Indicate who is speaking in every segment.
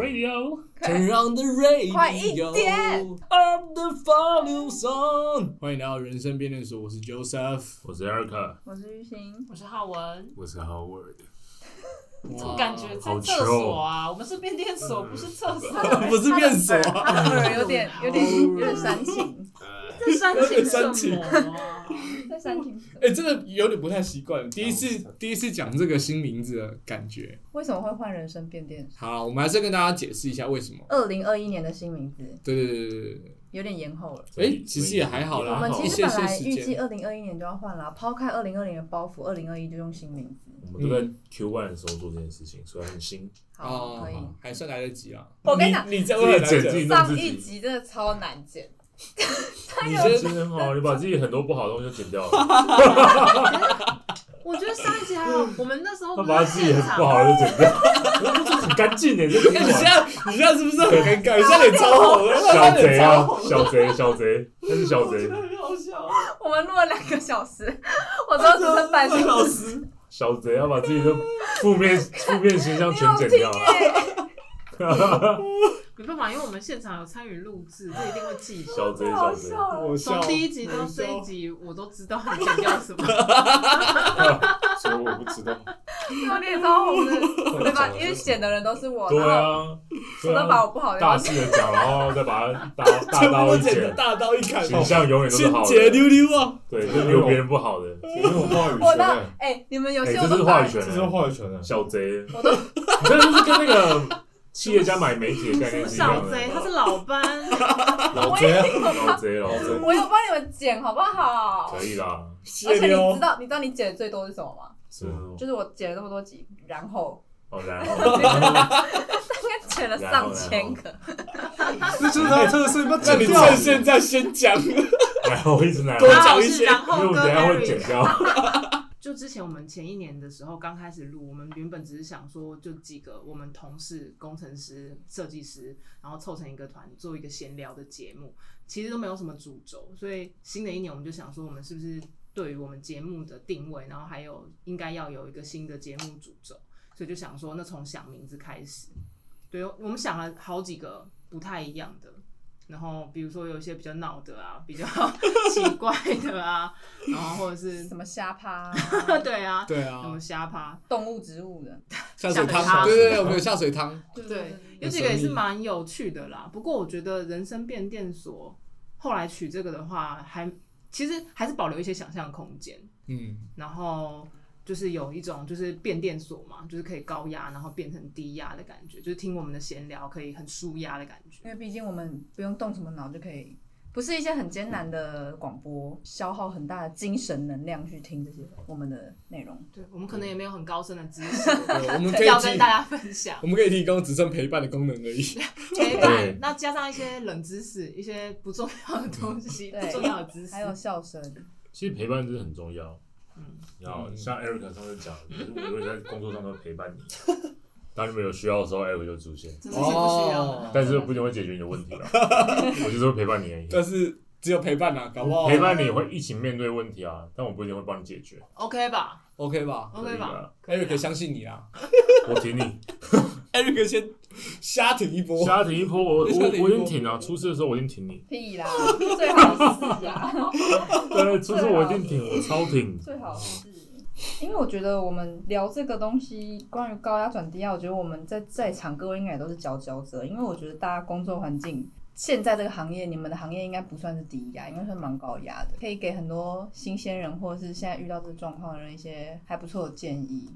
Speaker 1: radio，turn on the radio，
Speaker 2: 快一点
Speaker 1: I'm the follow song。欢迎来到人生辩论所，我是 Joseph，
Speaker 3: 我是 Eric，
Speaker 2: 我是玉兴，
Speaker 4: 我是浩文，
Speaker 3: 我是 Howard，
Speaker 4: 怎么感觉在
Speaker 3: 好哦
Speaker 4: 厕所
Speaker 3: 臭
Speaker 4: 啊？我们是变电所，不是厕所。
Speaker 1: 不是变所
Speaker 2: 他
Speaker 1: 啊，
Speaker 2: 的耳有 点有点有点煽情，
Speaker 4: 在煽
Speaker 1: 煽
Speaker 4: 情
Speaker 1: 情
Speaker 4: 什么啊？
Speaker 5: 哦
Speaker 2: 在煽情什么
Speaker 1: 哎、真的有点不太习惯，第一次第一次讲这个新名字的感觉。
Speaker 2: 为什么会换人生变电？
Speaker 1: 好，我们还是跟大家解释一下为什么。
Speaker 2: 二零二一年的新名字
Speaker 1: 对对对对对对
Speaker 2: 有点延后了。
Speaker 1: 哎、其实也还好
Speaker 2: 我
Speaker 1: 啦，
Speaker 2: 们
Speaker 1: 啊好
Speaker 2: 其
Speaker 1: 一
Speaker 2: 实
Speaker 1: 些
Speaker 2: 本
Speaker 1: 些
Speaker 2: 来预
Speaker 1: 时
Speaker 2: 计
Speaker 1: 间。
Speaker 2: 二零二一年就要换啦，抛开二零二零的包袱，二零二一就用新名字。
Speaker 3: 我们都在 Q one 的时候做这件事情，所以很新。啊
Speaker 2: 好，可以。
Speaker 1: 哦，还算来得及啊。
Speaker 2: 我跟你讲
Speaker 1: 你这会很难
Speaker 3: 自己
Speaker 1: 讲
Speaker 3: 剪辑
Speaker 2: 上一集真的超难剪，
Speaker 3: 你
Speaker 1: 有
Speaker 3: 真的很好，你把自己很多不好的东西都剪掉了，
Speaker 4: 我觉得上一集还好，我们那时候
Speaker 3: 他
Speaker 4: 不
Speaker 3: 把
Speaker 4: 是
Speaker 3: 自己
Speaker 4: 现
Speaker 3: 很不好
Speaker 4: 场，
Speaker 3: 的都剪掉，很干净的，这
Speaker 1: 哎你现在你现在是不是很尴尬？你现在脸超红了，
Speaker 3: 小贼
Speaker 1: 啊！
Speaker 3: 啊，小贼，小贼，他是小
Speaker 4: 我觉
Speaker 3: 贼
Speaker 4: 得，很好笑。
Speaker 2: 我们录了两个小时， 我都只剩半
Speaker 4: 哦
Speaker 2: 小时。
Speaker 1: 时，
Speaker 3: 小贼要把自己的负面负面形象
Speaker 2: 你
Speaker 3: 全
Speaker 2: 有
Speaker 3: 剪
Speaker 2: 听
Speaker 3: 掉。
Speaker 2: 耶？
Speaker 4: 没办法，因为我们现场有参与录制，这一定会记 得。
Speaker 3: 小贼，
Speaker 2: 太
Speaker 3: 小
Speaker 2: 好
Speaker 3: 贼，
Speaker 2: 笑了。
Speaker 1: 我
Speaker 4: 从
Speaker 6: 啊
Speaker 1: 笑。
Speaker 4: 第一集到这一集，我都知道你剪掉什么。
Speaker 3: 所以我不知道。
Speaker 2: 我脸超红的，对吧？因为选的人都是我，
Speaker 3: 对
Speaker 2: 然后
Speaker 3: 啊，
Speaker 2: 哦我
Speaker 3: 对
Speaker 2: 都把
Speaker 3: 啊，
Speaker 2: 我不好的地
Speaker 3: 大
Speaker 2: 方
Speaker 3: 肆的讲，然后再把它大大
Speaker 1: 全部
Speaker 3: 刀
Speaker 1: 都
Speaker 3: 一
Speaker 1: 剪得
Speaker 3: 剪，
Speaker 1: 大刀一砍，
Speaker 3: 形象永远都是
Speaker 1: 清
Speaker 3: 好的，
Speaker 1: 洁溜溜啊！
Speaker 3: 对，就留别人不好的。
Speaker 6: 你没有话语
Speaker 2: 我
Speaker 6: 权
Speaker 2: 的
Speaker 6: 欸，
Speaker 2: 哎、你们有
Speaker 3: 哎，
Speaker 2: 些
Speaker 3: 这
Speaker 2: 我
Speaker 3: 是
Speaker 2: 都
Speaker 3: 话
Speaker 2: 把
Speaker 3: 语权
Speaker 6: 这是
Speaker 3: 欸，
Speaker 6: 话语权啊！
Speaker 3: 小贼，
Speaker 2: 我都
Speaker 3: 你这就是跟那个企业家买媒体的概
Speaker 4: 什么
Speaker 3: 念是一样
Speaker 4: 小
Speaker 3: 的。
Speaker 4: 贼，他是老 班，
Speaker 6: 老贼啊，
Speaker 3: 老贼，老贼，
Speaker 2: 我有帮你们剪好不好？
Speaker 3: 可以啦，
Speaker 2: 而
Speaker 1: 谢哦
Speaker 2: 且
Speaker 3: 哦
Speaker 2: 你
Speaker 1: 溜
Speaker 2: 知，道，你知道你剪的最多是什么吗？
Speaker 3: 是
Speaker 2: 就是我剪了那么多集，然后
Speaker 3: 哦，然后
Speaker 2: 应该剪了上千个，
Speaker 6: 这就是他的测试，不要
Speaker 1: 那
Speaker 6: 剪
Speaker 1: 你
Speaker 6: 掉。
Speaker 1: 趁现在先讲，
Speaker 3: 然后一直拿，
Speaker 1: 多
Speaker 3: 因
Speaker 1: 讲
Speaker 4: 然后
Speaker 1: 一
Speaker 4: 是
Speaker 1: 些
Speaker 4: 然后
Speaker 3: 为我
Speaker 4: 跟
Speaker 3: 们等一下会剪
Speaker 4: Eric。
Speaker 3: 掉。
Speaker 4: 就之前我们前一年的时候刚开始录，我们原本只是想说，就几个我们同事、工程师、设计师，然后凑成一个团做一个闲聊的节目，其实都没有什么主轴。所以新的一年，我们就想说，我们是不是对于我们节目的定位，然后还有应该要有一个新的节目主轴，所以就想说，那从想名字开始。对，我们想了好几个不太一样的，然后比如说有一些比较闹的啊，比较 奇怪的啊，然后或者是
Speaker 2: 什么 虾趴、
Speaker 4: 对啊，
Speaker 1: 对
Speaker 4: 什
Speaker 1: 啊
Speaker 4: 么，虾趴，
Speaker 2: 动物、植物的，
Speaker 1: 下水
Speaker 4: 下水汤
Speaker 1: 汤，对对对，我们有下水汤，
Speaker 4: 对，有
Speaker 1: 有
Speaker 4: 几个也
Speaker 1: 生
Speaker 4: 是
Speaker 1: 意
Speaker 4: 蛮有趣的啦。不过我觉得人生变电所后来取这个的话，还其实还是保留一些想象空间，
Speaker 1: 嗯，
Speaker 4: 然后。就是有一种就是变电所嘛，就是可以高压，然后变成低压的感觉，就是听我们的闲聊可以很舒压的感觉。
Speaker 2: 因为毕竟我们不用动什么脑就可以，不是一些很艰难的广播，消耗很大的精神能量去听这些我们的内容。
Speaker 4: 对我们可能也没有很高深的 知识
Speaker 1: 对我们可以
Speaker 4: 要跟
Speaker 1: 提
Speaker 4: 大，家分享，
Speaker 1: 我们可以提供只剩陪伴的功能而已。
Speaker 4: 陪
Speaker 3: 对
Speaker 4: 伴，那加上一些冷知识，一些不重要的东西，
Speaker 2: 对
Speaker 4: 不重要的知识，
Speaker 2: 还有笑声，
Speaker 3: 其实陪伴真的很重要。
Speaker 4: 嗯
Speaker 3: 然后像 Eric 上次讲，我会在工作上都陪伴 你。当你们有需要的时候，Eric 就出现，
Speaker 4: 真的是不需要
Speaker 6: 哦
Speaker 4: 的。
Speaker 3: 但是不一定会解决你的问题 啦。我就是会陪伴你而已。
Speaker 1: 但是只有陪伴啊，搞不好
Speaker 3: 陪伴你会一起面对问题啊，但我不一定会帮你解决。
Speaker 4: OK 吧
Speaker 1: OK 吧
Speaker 3: 可
Speaker 4: ，OK
Speaker 3: 以
Speaker 4: 吧，
Speaker 3: 吧？
Speaker 1: ？Eric 相信你啊
Speaker 3: 我挺 你，
Speaker 1: ，Eric 先瞎挺一波，
Speaker 3: 瞎挺一波，我我
Speaker 1: 瞎挺一波
Speaker 3: 我一定挺啊！出事的时候我一定挺你，
Speaker 2: 屁啦，最好是啊。
Speaker 3: 对，出事我一定挺，我超挺。
Speaker 2: 最好是，因为我觉得我们聊这个东西，关于高压转低压，我觉得我们在在场各位应该也都是佼佼者，因为我觉得大家工作环境。现在这个行业，你们的行业应该不算是低压，应该算蛮高压的，可以给很多新鲜人或者是现在遇到这个状况的人一些还不错的建议。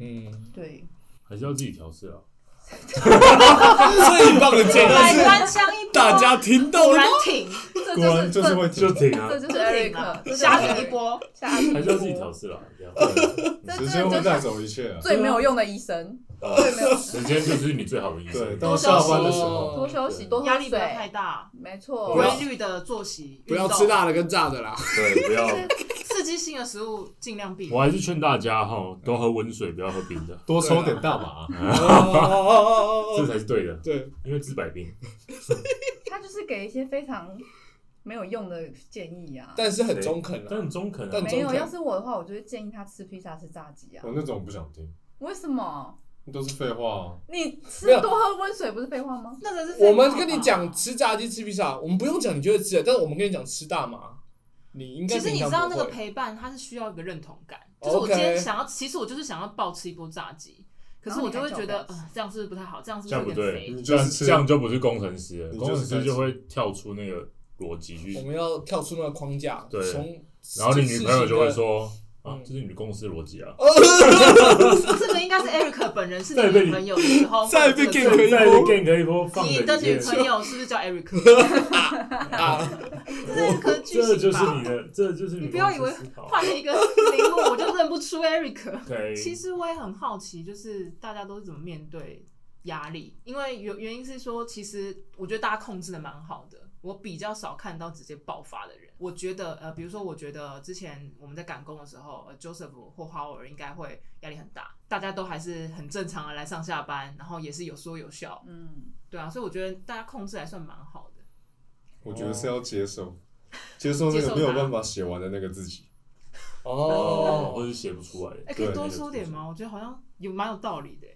Speaker 1: 嗯，
Speaker 2: 对，
Speaker 3: 还是要自己调试啊。
Speaker 1: 最棒的 建
Speaker 4: 百
Speaker 1: 议是
Speaker 4: 官相一波，
Speaker 1: 大家听到
Speaker 4: 果
Speaker 1: 了
Speaker 4: 然
Speaker 1: 吗？
Speaker 4: 挺，
Speaker 2: 这
Speaker 6: 果然
Speaker 2: 就
Speaker 6: 就是是会
Speaker 3: 就
Speaker 6: 剪，
Speaker 3: 挺啊
Speaker 2: 这，就是
Speaker 4: 挺啊
Speaker 2: Eric，
Speaker 4: 瞎挺一，波，
Speaker 2: 下一
Speaker 3: 还是要自己调
Speaker 2: 波，
Speaker 3: 试啦。这样
Speaker 2: 这真
Speaker 6: 时间
Speaker 2: 的
Speaker 6: 会
Speaker 2: 就是
Speaker 6: 带走一切啊。
Speaker 2: 最没有用的医生，
Speaker 3: 哦
Speaker 2: 最没有
Speaker 3: 时间就是你最好的医
Speaker 6: 对，
Speaker 3: 生。
Speaker 6: 到下班的时候，
Speaker 2: 多休息，多喝
Speaker 4: 压力不要太
Speaker 2: 水，
Speaker 4: 大，
Speaker 2: 没错，
Speaker 3: 不要
Speaker 4: 规律的作息，
Speaker 1: 不要
Speaker 4: 运动
Speaker 1: 吃，辣的跟炸的啦，
Speaker 3: 对，不 要。
Speaker 4: 刺激性的食物尽量避
Speaker 3: 我还
Speaker 4: 免。
Speaker 3: 是劝大家哈，都喝温水，不要喝冰的，
Speaker 6: 多抽点 大麻。啊
Speaker 3: 这
Speaker 1: 哦
Speaker 3: 才是对的，
Speaker 1: 对，
Speaker 3: 因为治百病。
Speaker 2: 他就是给一些非常没有用的建议啊。
Speaker 1: 但是很中肯
Speaker 3: 但
Speaker 1: 啊，
Speaker 3: 很中肯
Speaker 1: 但
Speaker 3: 啊，
Speaker 2: 没
Speaker 1: 中
Speaker 2: 有，
Speaker 1: 肯
Speaker 2: 要是我的话，我就会建议他吃披萨吃炸鸡啊
Speaker 6: 我。那种不想听，
Speaker 2: 为什么？
Speaker 6: 都是废话。
Speaker 2: 你吃
Speaker 1: 没有
Speaker 2: 多喝温水不是废话吗？
Speaker 4: 那个是
Speaker 1: 我们跟你，讲吃炸鸡、吃披萨，我们不用讲你就会吃了，但是我们跟你讲吃大麻，你应该
Speaker 4: 其实你
Speaker 1: 平常
Speaker 4: 知道那
Speaker 1: 不
Speaker 4: 个
Speaker 1: 会哦
Speaker 4: 陪伴，它是需要一个认同感。就是我
Speaker 1: OK
Speaker 4: 今天想要，其实我就是想要暴吃一波炸鸡，可是我就会觉得，
Speaker 2: 然后你还叫我不要吃
Speaker 4: 呃，这样是不是不太好？这样是不
Speaker 3: 这
Speaker 4: 是
Speaker 3: 样
Speaker 4: 有
Speaker 3: 不
Speaker 4: 点
Speaker 3: 对，
Speaker 4: 肥？
Speaker 3: 这
Speaker 6: 你就
Speaker 3: 样
Speaker 6: 是吃
Speaker 1: 啊
Speaker 3: 这样就不是工程师了，
Speaker 6: 你
Speaker 3: 工
Speaker 6: 就是
Speaker 3: 程师
Speaker 6: 在
Speaker 3: 就会跳出那个逻辑去
Speaker 1: 我，们要跳出那个框架，
Speaker 3: 对
Speaker 1: 从
Speaker 3: 然后你女朋友就会
Speaker 1: 事情的，
Speaker 3: 说啊
Speaker 1: 嗯，哦
Speaker 3: 这是你的公司逻辑啊，
Speaker 4: 这个应该是 Eric 本 人是
Speaker 3: 再
Speaker 4: 你
Speaker 3: 被
Speaker 4: 女
Speaker 3: 你
Speaker 4: 朋友的时候，
Speaker 1: 再被
Speaker 4: 或者
Speaker 1: 给
Speaker 4: 这个
Speaker 1: 可以
Speaker 3: 再
Speaker 1: 播
Speaker 3: g 可以播放
Speaker 4: 你
Speaker 3: 的
Speaker 4: 的
Speaker 3: 里
Speaker 4: 女
Speaker 3: 面，
Speaker 4: 朋友是不是叫 Eric？
Speaker 1: 啊，
Speaker 4: 这可剧
Speaker 3: 这就
Speaker 4: 情
Speaker 3: 是你
Speaker 4: 吧？
Speaker 3: 的，这就是你
Speaker 4: 你不要以为换了一个名目，我就认不出 Eric。
Speaker 3: 对，
Speaker 4: 其实我也很好奇，就是大家都是怎么面对压力？因为原原因是说，其实我觉得大家控制的蛮好的，我比较少看到直接爆发的人。我觉得，呃，比如说，我觉得之前我们在赶工的时候、呃、，Joseph 或 Howard 应该会压力很大，大家都还是很正常的来上下班，然后也是有说有笑，
Speaker 2: 嗯，
Speaker 4: 对啊，所以我觉得大家控制还算蛮好的。
Speaker 6: 我觉得是要接受，接受那个没有办法写完的那个自己。
Speaker 3: 哦，
Speaker 1: 哦，
Speaker 3: 或者写不出来，
Speaker 4: 哎、可以
Speaker 6: 对
Speaker 4: 多
Speaker 3: 那个
Speaker 4: 说点
Speaker 3: 是
Speaker 4: 吗？我觉得好像有蛮有道理的、欸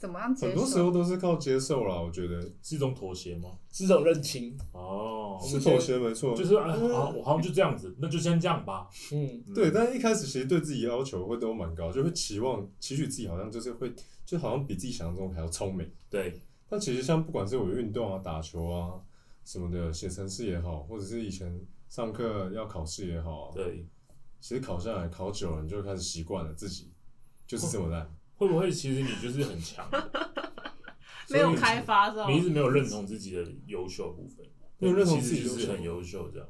Speaker 2: 怎么样
Speaker 6: 很
Speaker 2: 接
Speaker 6: 多时
Speaker 2: 受？
Speaker 6: 候都是靠接受啦，我觉得
Speaker 3: 是一种妥协吗？
Speaker 1: 是这种认清，
Speaker 3: 哦，
Speaker 6: 是妥协没错，
Speaker 3: 就是啊，好我好像就这样子，那就先这样吧。
Speaker 1: 嗯，
Speaker 3: 嗯
Speaker 6: 对，但一开始其实对自己要求会都蛮高，就会期望期许自己好像就是会，就好像比自己想象中还要聪明。
Speaker 3: 对，
Speaker 6: 但其实像不管是我运动啊、打球啊什么的，写程式也好，或者是以前上课要考试也好啊，
Speaker 3: 对，
Speaker 6: 其实考下来考久了，你就会开始习惯了自己就是
Speaker 3: 哦
Speaker 6: 这么烂。
Speaker 3: 会不会其实你就是很强的，
Speaker 4: 没有开发是吧
Speaker 3: 你？一直没有认同自己的优秀部分，
Speaker 6: 没有认同自
Speaker 3: 其
Speaker 6: 己的
Speaker 3: 实
Speaker 6: 优秀
Speaker 3: 就是很优秀这样，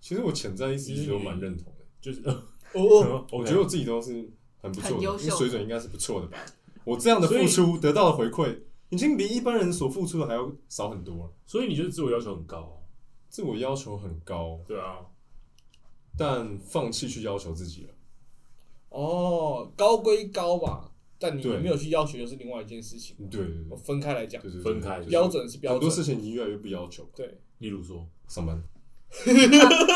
Speaker 6: 其实我潜在意识一直都蛮认同的，
Speaker 3: 就是
Speaker 1: 哦，
Speaker 6: 我
Speaker 3: 我
Speaker 6: 觉得我自己都是很不错
Speaker 4: 很
Speaker 6: 的，
Speaker 4: 优秀
Speaker 6: 因为水准应该是不错的吧。我这样的
Speaker 3: 所以
Speaker 6: 付出得到的回馈，已经比一般人所付出的还要少很多了。
Speaker 3: 所以你就是自我要求很高啊，
Speaker 6: 自我要求很高，
Speaker 3: 对啊，
Speaker 6: 但放弃去要求自己了。
Speaker 1: 哦，高归高吧，但你
Speaker 6: 对
Speaker 1: 没有去要求又是另外一件事情，
Speaker 6: 对对对
Speaker 1: 分开来讲，
Speaker 6: 对对，
Speaker 3: 分开
Speaker 6: 就是
Speaker 1: 标准是标
Speaker 6: 很多事
Speaker 1: 准，
Speaker 6: 情你越来越不要求，
Speaker 1: 对，
Speaker 3: 例如 说
Speaker 6: 上班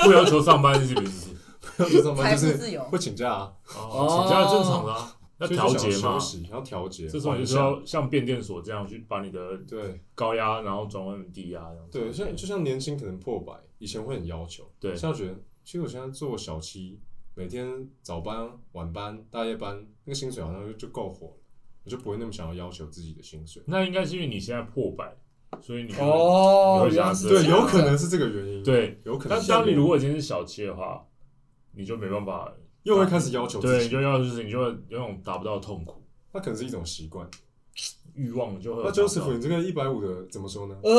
Speaker 3: 不要求上班是不 是？
Speaker 6: 不要求上
Speaker 2: 财
Speaker 6: 班就
Speaker 2: 富
Speaker 6: 是
Speaker 2: 自由，
Speaker 6: 会请假啊，
Speaker 3: 哦，请假正常的啊，要
Speaker 6: 所以就
Speaker 3: 调节
Speaker 6: 想
Speaker 3: 嘛
Speaker 6: 休。息要调节，
Speaker 3: 这时候
Speaker 6: 缓
Speaker 3: 你
Speaker 6: 一
Speaker 3: 就是
Speaker 6: 下
Speaker 3: 要像变电所这样去把你的
Speaker 6: 对
Speaker 3: 高压然后转换成低压这样子。
Speaker 6: 对，像就像年轻可能破百，以前会很要求，
Speaker 3: 对
Speaker 6: 现在觉得其实我现在做小七，每天早班、晚班、大夜班，那个薪水好像就就够活了，我就不会那么想要要求自己的薪水。
Speaker 3: 那应该是因为你现在破百，所以你可能
Speaker 1: 哦，
Speaker 3: 你会
Speaker 1: 原
Speaker 3: 想
Speaker 1: 来
Speaker 3: 要
Speaker 1: 是
Speaker 3: 这
Speaker 6: 对，
Speaker 3: 样
Speaker 6: 有可能是这个原因，，
Speaker 3: 对。
Speaker 6: 有可能
Speaker 3: 但
Speaker 6: 是这个原
Speaker 3: 当
Speaker 6: 因。
Speaker 3: 你如果今天是小七的话，你就没办法，
Speaker 6: 又会开始要求
Speaker 3: 对，
Speaker 6: 自
Speaker 3: 你
Speaker 6: 己，
Speaker 3: 就要就是你就会有那种达不到的痛苦
Speaker 6: 那可能是一种习惯。
Speaker 3: 欲望，就会有
Speaker 6: 那
Speaker 3: 达不到
Speaker 6: Joseph，你这个一百五的怎么说呢？
Speaker 1: 呃，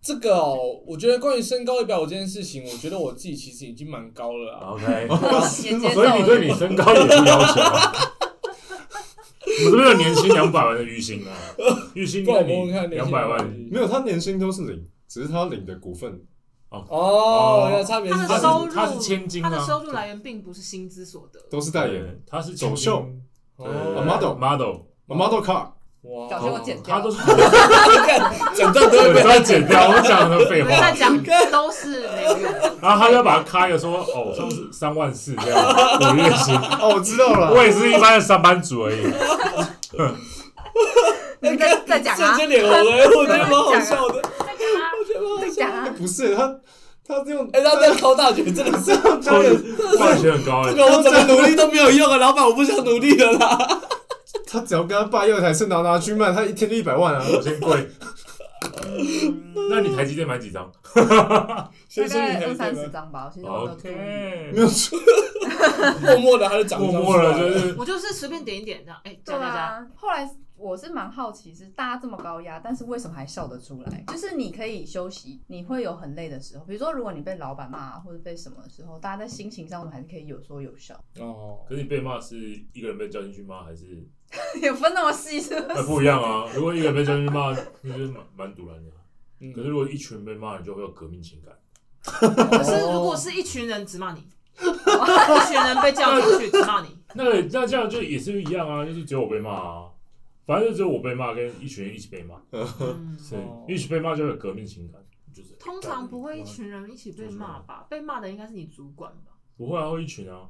Speaker 1: 这个哦，我觉得关于身高一百五这件事情，我觉得我自己其实已经蛮高了啊。
Speaker 3: OK，
Speaker 2: 也 接受
Speaker 3: 所以你
Speaker 2: 了。
Speaker 3: 对你身高也不要求啊。我们这边有年薪两百万的玉鑫 啊，玉鑫
Speaker 1: 不然
Speaker 3: 那
Speaker 1: 我们问看啊
Speaker 3: 你两百万
Speaker 6: 没有，他年薪都是零，只是他领的股份。
Speaker 1: 哦，原来差别是
Speaker 4: 他
Speaker 1: 这
Speaker 4: 的
Speaker 1: 样
Speaker 4: 收入，
Speaker 3: 他是千金啊
Speaker 4: 他的收入来源并不是薪资所得，
Speaker 6: 都是代言，
Speaker 3: 他是
Speaker 6: 走秀
Speaker 1: 哦
Speaker 6: 啊，model
Speaker 3: model，
Speaker 6: 啊 model car，
Speaker 2: 小
Speaker 1: 哇，
Speaker 2: 心我剪
Speaker 3: 他
Speaker 2: 掉。
Speaker 3: 都是
Speaker 1: 整段都会
Speaker 3: 对，
Speaker 1: 被
Speaker 3: 都要剪掉，我讲的废
Speaker 4: 我们
Speaker 3: 话。
Speaker 4: 在讲都是没有用的。
Speaker 3: 然后他就把它开了，说：“哦，上次三万四这样，我月薪，
Speaker 6: 哦，我知道了，
Speaker 3: 我也是一般的上班族而已。
Speaker 2: 你再 再讲
Speaker 1: 瞬
Speaker 2: 啊，
Speaker 1: 间脸红了，我觉得蛮好笑的，我觉得蛮好
Speaker 3: 哦
Speaker 2: 再
Speaker 1: 笑
Speaker 2: 讲
Speaker 1: 的。
Speaker 2: 啊，
Speaker 6: 不是他，他这样
Speaker 1: 哎，他在高大学真的是，
Speaker 6: 教练，
Speaker 3: 赚钱很高哎、
Speaker 1: 这个我怎么努力都没有用啊，老板，我不想努力了啦。
Speaker 6: 他只要跟他爸要一台圣达拿去卖，他一天就一百万啊！
Speaker 3: 我先跪。 那你台积电买几张
Speaker 2: 大
Speaker 1: 先生，你
Speaker 2: 概
Speaker 1: 可
Speaker 2: 二
Speaker 1: 以再
Speaker 2: 三十
Speaker 1: 吗
Speaker 2: 张吧，我其实我没有注啊意。
Speaker 6: 没
Speaker 3: ？OK，
Speaker 6: 有错，
Speaker 1: 默默的他就长
Speaker 3: 默默了就是
Speaker 4: 我就是随便点一点这样，哎，
Speaker 2: 对
Speaker 4: 加加加，
Speaker 2: 啊，后来我是蛮好奇，是大家这么高压，但是为什么还笑得出来？就是你可以休息，你会有很累的时候，比如说如果你被老板骂或者被什么的时候，大家在心情上我们还是可以有说有笑，
Speaker 1: 哦，
Speaker 3: 可是你被骂是一个人被叫进去骂，还是
Speaker 2: 有分那么细是不
Speaker 3: 那、
Speaker 2: 是？
Speaker 3: 不一样啊？如果一个人被叫进去骂，那就是蛮蛮堵然的啊。
Speaker 1: 嗯
Speaker 3: 可是如果一群人被骂，你就会有革命情感。
Speaker 4: 可
Speaker 1: 哦
Speaker 4: 是如果是一群人只骂你，一群人被叫进去只骂你，
Speaker 3: 那个那这样就也是一样啊，就是只有我被骂啊，反正就只有我被骂，跟一群人一起被骂，
Speaker 4: 嗯，
Speaker 3: 是、
Speaker 1: 哦
Speaker 3: 一起被骂就会有革命情感，就是
Speaker 4: 通常不会一群人一起被骂吧？被骂的应该是你主管吧？
Speaker 3: 不会啊，会一群啊，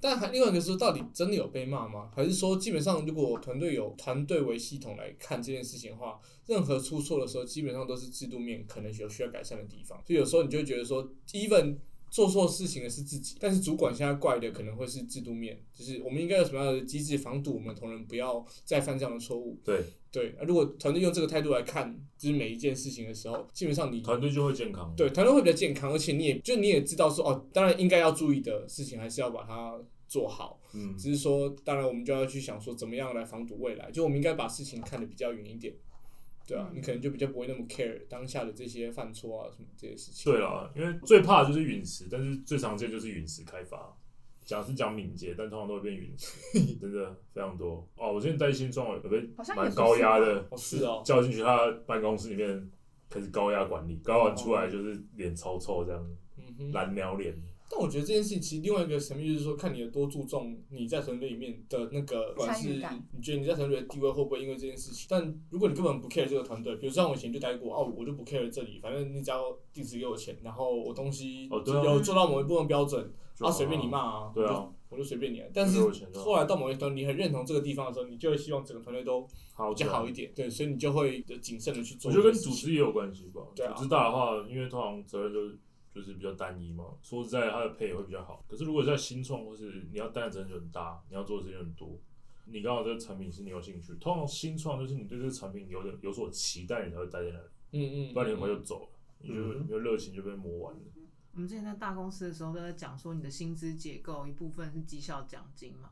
Speaker 1: 但还另外一个是说，到底真的有被骂吗？还是说，基本上如果团队有团队为系统来看这件事情的话，任何出错的时候，基本上都是制度面可能有需要改善的地方。所以有时候你就会觉得说，even 做错事情的是自己，但是主管现在怪的可能会是制度面，就是我们应该有什么样的机制防堵我们同仁不要再犯这样的错误。
Speaker 3: 对，
Speaker 1: 对，啊如果团队用这个态度来看，就是每一件事情的时候，基本上你
Speaker 3: 团队就会健康。啊
Speaker 1: 对，团队会比较健康，而且你也就你也知道说哦，当然应该要注意的事情还是要把它做好。
Speaker 3: 嗯，
Speaker 1: 只是说，当然我们就要去想说怎么样来防堵未来，就我们应该把事情看得比较远一点，对啊，
Speaker 4: 嗯
Speaker 1: 你可能就比较不会那么 care 当下的这些犯错啊什么这些事情。
Speaker 3: 对啦，因为最怕的就是陨石，但是最常见就是陨石开发。讲是讲敏捷，但通常都会变陨石，真的非常多哦。我之前在新创有被
Speaker 2: 好像也
Speaker 3: 蛮
Speaker 2: 是
Speaker 3: 高压
Speaker 2: 是
Speaker 3: 的，
Speaker 1: 哦是哦
Speaker 3: 叫进去他办公室里面开始高压管理，高完
Speaker 2: 哦
Speaker 3: 出来就是脸超臭这样，
Speaker 1: 嗯哼。
Speaker 3: 蓝鸟脸。
Speaker 1: 但我觉得这件事情其实另外一个层面就是说，看你有多注重你在团队里面的那个，不管是
Speaker 2: 参与感
Speaker 1: 你觉得你在团队的地位会不会因为这件事情？但如果你根本不 care 这个团队，比如像我以前就待过，哦，我就不 care 这里，反正你只要地址给我钱，然后我东西
Speaker 3: 哦对啊
Speaker 1: 有做到某一部分标准，
Speaker 3: 就
Speaker 1: 啊，随便你骂啊，
Speaker 3: 对
Speaker 1: 我就
Speaker 3: 啊，
Speaker 1: 我就随便你了。但是
Speaker 3: 我选择
Speaker 1: 后来到某一端，你很认同这个地方的时候，你就会希望整个团队都
Speaker 3: 好
Speaker 1: 比较好一点。对，所以你就会呃谨慎的去做
Speaker 3: 啊我
Speaker 1: 这
Speaker 3: 觉得
Speaker 1: 个
Speaker 3: 跟
Speaker 1: 事情。
Speaker 3: 组织也有关系吧。
Speaker 1: 对啊
Speaker 3: 组织大的话，因为通常责任就是就是比较单一嘛，说实在，它的配也会比较好。可是如果在新创或是你要担的责任就很大，你要做的事情很多，你刚好这个产品是你有兴趣，通常新创就是你对这个产品有点有所期待，你才会待在那里，
Speaker 1: 嗯嗯，
Speaker 3: 不然你很快就走了，你就
Speaker 6: 嗯
Speaker 3: 你的热情就被磨完了。
Speaker 4: 我们之前在大公司的时候都在讲说，你的薪资结构一部分是绩效奖金嘛，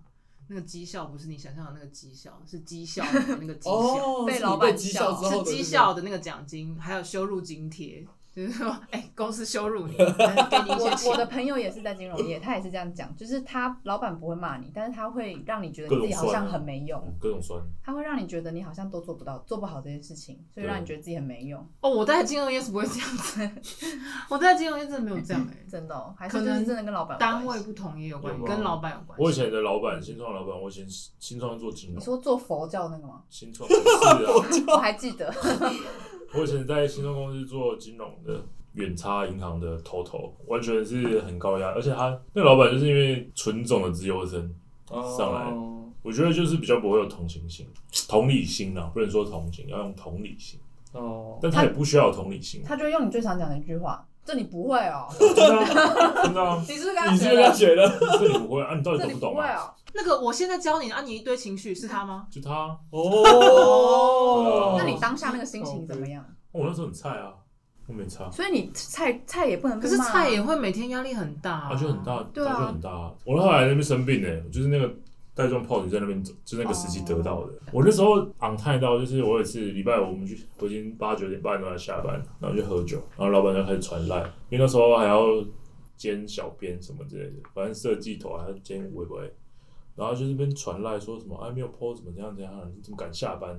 Speaker 4: 那个绩效不是你想象的那个绩效，是绩效的那个绩效。
Speaker 1: 哦，
Speaker 2: 被
Speaker 1: 是你
Speaker 2: 老板
Speaker 1: 绩
Speaker 2: 笑
Speaker 1: 效之后
Speaker 4: 是
Speaker 1: 的这
Speaker 4: 绩
Speaker 1: 个
Speaker 4: 效的那个奖金，还有羞辱津贴，就是说，哎、公司羞 辱你，给你一些
Speaker 2: 我我的
Speaker 4: 钱。
Speaker 2: 朋友也 是在金融业，他也是这样讲，就是他老板不会骂你，但是他会让你觉得你自己好像很没用，
Speaker 3: 各种酸，
Speaker 2: 他会让你觉得你好像都做不到、做不好这件事情，所以让你觉得自己很没用。
Speaker 4: 哦，我在金融业是不会这样子，我在金融业真的没有这样哎、
Speaker 2: 真的、哦，还是就是真的跟老板有关系
Speaker 4: 单位不同也有关系，
Speaker 3: 有关
Speaker 4: 跟老板有关系。
Speaker 3: 我以前的老板，新创的老板，我以前新创做金
Speaker 2: 你
Speaker 3: 融，
Speaker 2: 说做佛教那个 吗？
Speaker 3: 新创不是啊。
Speaker 2: 我还记得，
Speaker 3: 我以前在新创公司做金融的，远差银行的头头，完全是很高压，而且他那个老板就是因为纯种的资优生，上来
Speaker 1: 哦
Speaker 3: 我觉得就是比较不会有同情心、同理心啊，不能说同情，要用同理心，
Speaker 1: 哦，
Speaker 3: 但他也不需要有同理心，啊
Speaker 2: 他就用你最常讲的一句话：“这你不会哦，
Speaker 3: 真的啊真的啊，
Speaker 2: 你是不是跟他
Speaker 1: 你是
Speaker 2: 学
Speaker 1: 不是要
Speaker 2: 的？
Speaker 1: 学了？
Speaker 3: 这你不会啊，你到底
Speaker 2: 这
Speaker 3: 懂
Speaker 2: 你
Speaker 3: 不
Speaker 2: 不
Speaker 3: 懂
Speaker 2: 会
Speaker 3: 啊？
Speaker 2: 哦。
Speaker 4: 那个我现在教你啊，你一堆情绪是他吗？
Speaker 3: 就他啊，
Speaker 1: 哦，
Speaker 2: 那你当下那个心情怎么样？
Speaker 3: 我那时候很菜啊，我没差，
Speaker 2: 所以你菜菜也不能
Speaker 4: 可
Speaker 2: 被
Speaker 4: 是
Speaker 2: 骂啊
Speaker 4: 菜也会每天压力很大、
Speaker 3: 啊就很大，
Speaker 2: 对啊
Speaker 3: 就很大。我后来在那边生病呢、就是那个带状疱疹在那边走，就那个时期得到的。我那时候昂太到，就是我有一次礼拜五我们去，我已经八九点半都要下班，然后去喝酒，然后老板就开始传赖，因为那时候还要兼小编什么之类的，反正设计头还要兼微微，然后就那边传赖说什么哎没有 PO 怎么怎样怎样，你怎么敢下班？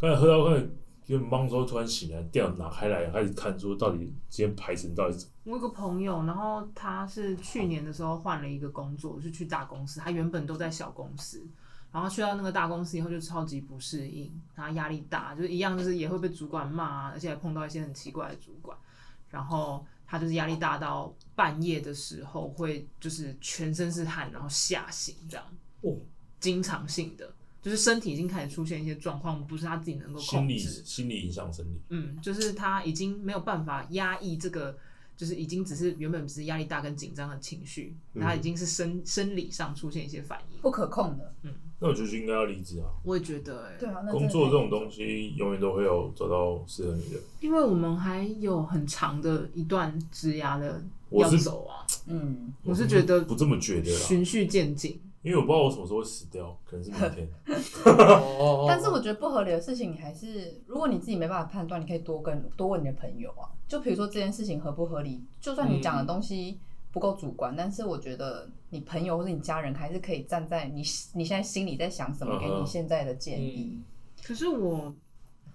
Speaker 3: 刚才喝到快。有点懵之后，突然醒来，电脑拿开来，开始看说到底今天排程到底怎么。
Speaker 4: 我有个朋友，然后他是去年的时候换了一个工作，是去大公司。他原本都在小公司，然后去到那个大公司以后就超级不适应，然后压力大，就是一样就是也会被主管骂啊，而且还碰到一些很奇怪的主管。然后他就是压力大到半夜的时候会就是全身是汗，然后吓醒这样。
Speaker 1: 哦
Speaker 4: 经常性的，就是身体已经开始出现一些状况，不是他自己能够
Speaker 3: 心
Speaker 4: 控
Speaker 3: 理
Speaker 4: 制。
Speaker 3: 心理影响生理。
Speaker 4: 嗯，就是他已经没有办法压抑这个，就是已经只是原本只是压力大跟紧张的情绪，
Speaker 6: 嗯
Speaker 4: 他已经是生生理上出现一些反应。
Speaker 2: 不可控的，
Speaker 3: 那我觉得就应该要离职啊！
Speaker 4: 我也觉得、欸，
Speaker 2: 对啊，那
Speaker 3: 工作这
Speaker 2: 真的
Speaker 3: 种东西永远都会有找到适合你的。
Speaker 4: 因为我们还有很长的一段职涯的
Speaker 3: 我
Speaker 4: 要
Speaker 3: 是
Speaker 4: 走啊，
Speaker 2: 嗯，
Speaker 4: 我是觉得
Speaker 3: 不这么觉得啊啦，
Speaker 4: 循序渐进。
Speaker 3: 因为我不知道我什么时候会死掉，可能是明天。
Speaker 1: 哦
Speaker 2: 但是我觉得不合理的事情，你还是如果你自己没办法判断，你可以多跟多问你的朋友啊。就比如说这件事情合不合理，就算你讲的东西不够主观，但是我觉得你朋友或者你家人还是可以站在你你现在心里在想什么，
Speaker 3: 嗯
Speaker 2: 给你现在的建议。
Speaker 1: 嗯，
Speaker 4: 可是我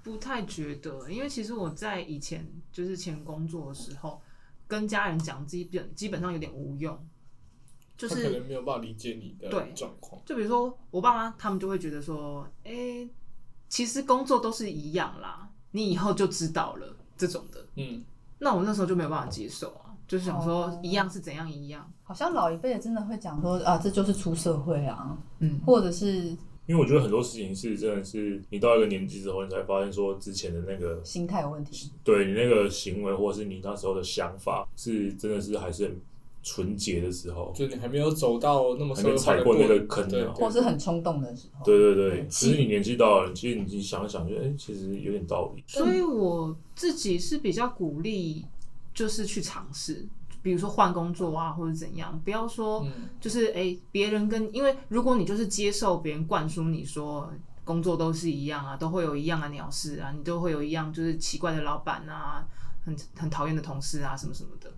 Speaker 4: 不太觉得，欸因为其实我在以前就是前工作的时候，跟家人讲基本基本上有点无用，就
Speaker 1: 他
Speaker 4: 是
Speaker 1: 可能没有办法理解你的
Speaker 4: 对
Speaker 1: 状况。
Speaker 4: 就比如说我爸妈他们就会觉得说，哎、其实工作都是一样啦，你以后就知道了这种的。
Speaker 1: 嗯，
Speaker 4: 那我那时候就没有办法接受啊，就是想说
Speaker 2: 哦
Speaker 4: 一样是怎样一样，
Speaker 2: 好像老一辈的真的会讲说啊，这就是出社会啊，
Speaker 4: 嗯，
Speaker 2: 或者是
Speaker 3: 因为我觉得很多事情是真的是你到一个年纪之后，你才发现说之前的那个
Speaker 2: 心态有问题。
Speaker 3: 对你那个行为，或者是你那时候的想法，是真的是还是很纯洁的时候，
Speaker 1: 就你还没有走到那么
Speaker 3: 还
Speaker 1: 社
Speaker 3: 没
Speaker 1: 会化
Speaker 3: 踩
Speaker 1: 的
Speaker 3: 过那个
Speaker 1: 程
Speaker 3: 坑啊
Speaker 1: 对
Speaker 3: 呢。
Speaker 2: 或是很冲动的时候，
Speaker 3: 对对对，
Speaker 2: 很
Speaker 3: 只是你年纪到了，其实你想一想就，哎，其实有点道理。
Speaker 4: 所以我自己是比较鼓励，就是去尝试，比如说换工作啊，或者怎样，不要说
Speaker 1: 嗯，
Speaker 4: 就是诶别、人跟，因为如果你就是接受别人灌输你说工作都是一样啊，都会有一样的鸟事啊，你都会有一样就是奇怪的老板啊，很很讨厌的同事啊，什么什么的。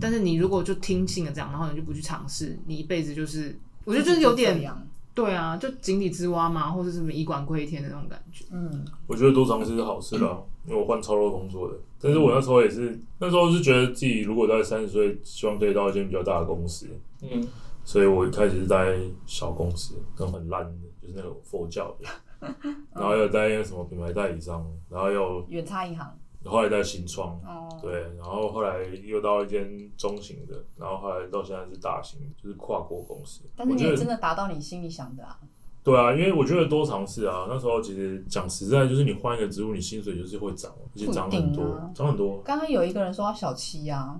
Speaker 4: 但是你如果就听信了这样，然后你就不去尝试，你一辈子就是，我觉得就是有
Speaker 2: 这
Speaker 4: 点
Speaker 2: 样，
Speaker 4: 对啊，就井底之蛙嘛，或者什么以管窥天的那种感觉。
Speaker 2: 嗯，
Speaker 3: 我觉得多尝试是好事 啦，因为我换超多工作的，但是我那时候也是，那时候是觉得自己如果在三十岁，希望可以到一间比较大的公司，
Speaker 1: 嗯，
Speaker 3: 所以我一开始是在小公司，那种很烂的，就是那种佛教的， 然后又在什么品牌代理商，然后又
Speaker 2: 远差银行
Speaker 3: 后来在新创，
Speaker 2: 哦，
Speaker 3: 对，然后后来又到一间中型的，然后后来到现在是大型的，就是跨国公司。
Speaker 2: 但是
Speaker 3: 我
Speaker 2: 你
Speaker 3: 觉
Speaker 2: 也
Speaker 3: 得
Speaker 2: 真的达到你心里想的啊，
Speaker 3: 对啊，因为我觉得多尝试啊。那时候其实讲实在，就是你换一个职务，你薪水就是会涨，而且涨很多
Speaker 2: 不一定啊，
Speaker 3: 涨、很多。
Speaker 2: 刚刚有一个人说他小七啊，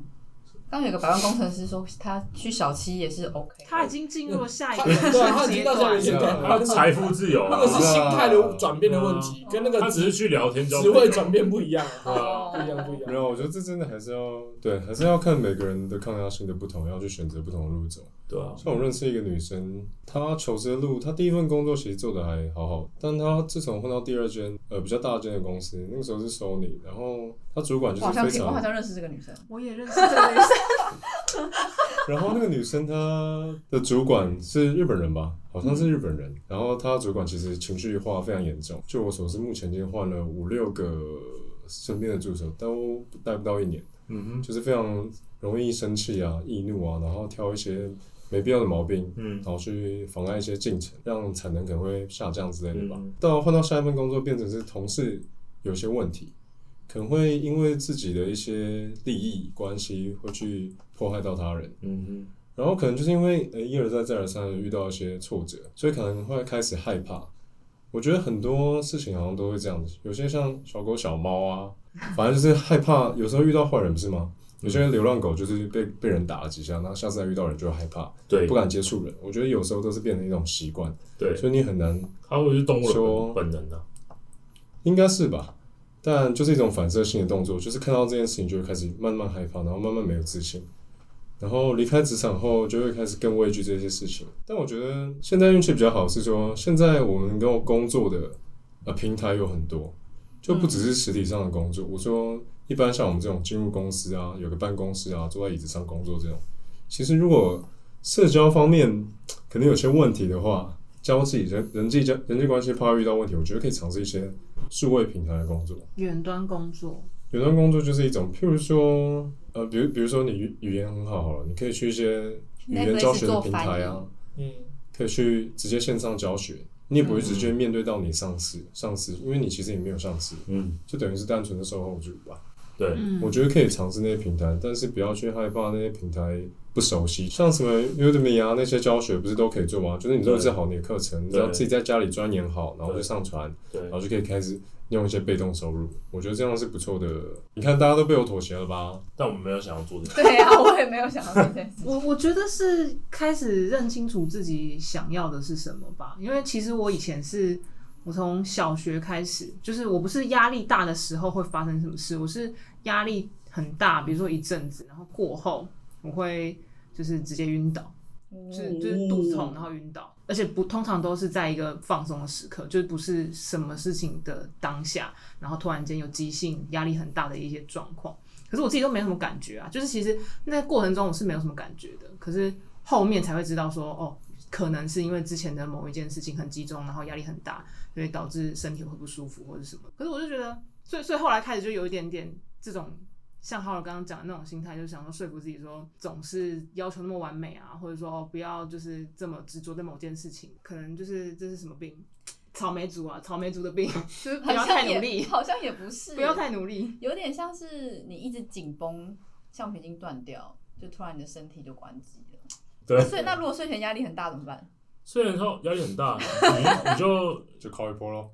Speaker 2: 刚刚有个百万工程师说他去小七也是 OK，
Speaker 4: 他已经进入了下一
Speaker 1: 他
Speaker 4: 个
Speaker 1: 对啊，他已
Speaker 4: 阶
Speaker 1: 经到下一
Speaker 4: 段
Speaker 1: 个阶
Speaker 4: 了。
Speaker 1: 段
Speaker 3: 他
Speaker 1: 了，
Speaker 3: 财富自由、
Speaker 1: 那
Speaker 3: 啊
Speaker 1: 个，是心态的转变的问题，跟那个
Speaker 3: 他只是去聊天交
Speaker 1: 职
Speaker 3: 朋
Speaker 1: 位
Speaker 3: 友
Speaker 1: 转变不一样啊，
Speaker 2: 哦
Speaker 1: 不一样不一
Speaker 6: 没
Speaker 1: 样。
Speaker 6: 有，我觉得这真的还是要对，还是要看每个人的抗压性的不同，要去选择不同的路走。
Speaker 3: 对啊，
Speaker 6: 像我认识一个女生，她求职的路，她第一份工作其实做的还好好，但她自从换到第二间呃比较大间的公司，那个时候是 Sony，然后她主管就
Speaker 2: 我好
Speaker 6: 是
Speaker 2: 像
Speaker 6: 非
Speaker 2: 听，我好
Speaker 6: 常，
Speaker 2: 像认识这个女生，
Speaker 4: 我也认识这个女生，
Speaker 6: 然后那个女生她的主管是日本人吧，好像是日本人，然后她主管其实情绪化非常严重，据我所知，目前已经换了五六个身边的助手，都待不到一年。
Speaker 3: 嗯哼，
Speaker 6: 就是非常容易生气啊、易怒啊，然后挑一些没必要的毛病，
Speaker 3: 嗯
Speaker 6: 然，后去妨碍一些进程，让产能可能会下降之类的吧。
Speaker 3: 嗯
Speaker 6: 到换到下一份工作，变成是同事有些问题，可能会因为自己的一些利益关系，会去迫害到他人。
Speaker 3: 嗯哼，
Speaker 6: 然后可能就是因为呃一而再再而三的遇到一些挫折，所以可能会开始害怕。我觉得很多事情好像都会这样子，有些像小狗、小猫啊， 反正就是害怕。有时候遇到坏人不是吗？有些流浪狗就是被被人打了几下，那下次再遇到人就会害怕，
Speaker 3: 对
Speaker 6: 不，敢接触人。我觉得有时候都是变成一种习惯，
Speaker 3: 对，
Speaker 6: 所以你很难，
Speaker 3: 他会是动物的
Speaker 6: 说
Speaker 3: 本本能啊。
Speaker 6: 应该是吧？但就是一种反射性的动作，就是看到这件事情就会开始慢慢害怕，然后慢慢没有自信。然后离开职场后，就会开始更畏惧这些事情。但我觉得现在运气比较好，是说现在我们跟我工作的呃平台有很多，就不只是实体上的工作。我说一般像我们这种进入公司啊，有个办公室啊，坐在椅子上工作这种，其实如果社交方面可能有些问题的话，交际人人际交人际关系怕遇到问题，我觉得可以尝试一些数位平台的工作。
Speaker 4: 远端工作，
Speaker 6: 远端工作就是一种，譬如说，呃，比如比如说你语语言很好好了，你可以去一些语言教学的平台
Speaker 2: Netflix
Speaker 6: 啊
Speaker 2: 做，
Speaker 1: 嗯，
Speaker 6: 可以去直接线上教学，你也不会直接面对到你上司，上司，因为你其实也没有上司，
Speaker 3: 嗯，
Speaker 6: 就等于是单纯的售后主吧。
Speaker 3: 对，
Speaker 4: 嗯
Speaker 6: 我觉得可以尝试那些平台，但是不要去害怕那些平台不熟悉，像什么 Udemy 啊那些教学不是都可以做吗？就是你录制好你的课程，你只要
Speaker 3: 对
Speaker 6: 自己在家里钻研好，然后
Speaker 3: 对
Speaker 6: 就上传，
Speaker 3: 对，
Speaker 6: 然后就可以开始用一些被动收入。我觉得这样是不错的。你看大家都被我妥协了吧？
Speaker 3: 但我们没有想要做这个。
Speaker 2: 对啊，我也没有想到这 件事，
Speaker 4: 我我觉得是开始认清楚自己想要的是什么吧，因为其实我以前是，我从小学开始，就是我不是压力大的时候会发生什么事，我是压力很大，比如说一阵子，然后过后我会就是直接晕倒，就是就是肚子痛，然后晕倒，而且不通常都是在一个放松的时刻，就是不是什么事情的当下，然后突然间有急性压力很大的一些状况。可是我自己都没什么感觉啊，就是其实那过程中我是没有什么感觉的，可是后面才会知道说，哦，可能是因为之前的某一件事情很集中，然后压力很大，所以导致身体会不舒服或者什么。可是我就觉得，所以所以后来开始就有一点点这种像浩尔刚刚讲的那种心态，就是想说说服自己说，总是要求那么完美啊，或者说、哦不要就是这么执着在某件事情，可能就是这是什么病，草莓族啊，草莓族的病，就是不
Speaker 2: 好
Speaker 4: 要
Speaker 2: 像
Speaker 4: 太
Speaker 2: 也
Speaker 4: 努力，
Speaker 2: 好像也不是，
Speaker 4: 不要太努力。
Speaker 2: 有点像是你一直紧绷，橡皮筋断掉，就突然你的身体就关机了。
Speaker 3: 对
Speaker 2: 所以那如果睡前压力很大怎么办？
Speaker 3: 虽然说压力很大，啊你你 就
Speaker 6: 就靠一波咯。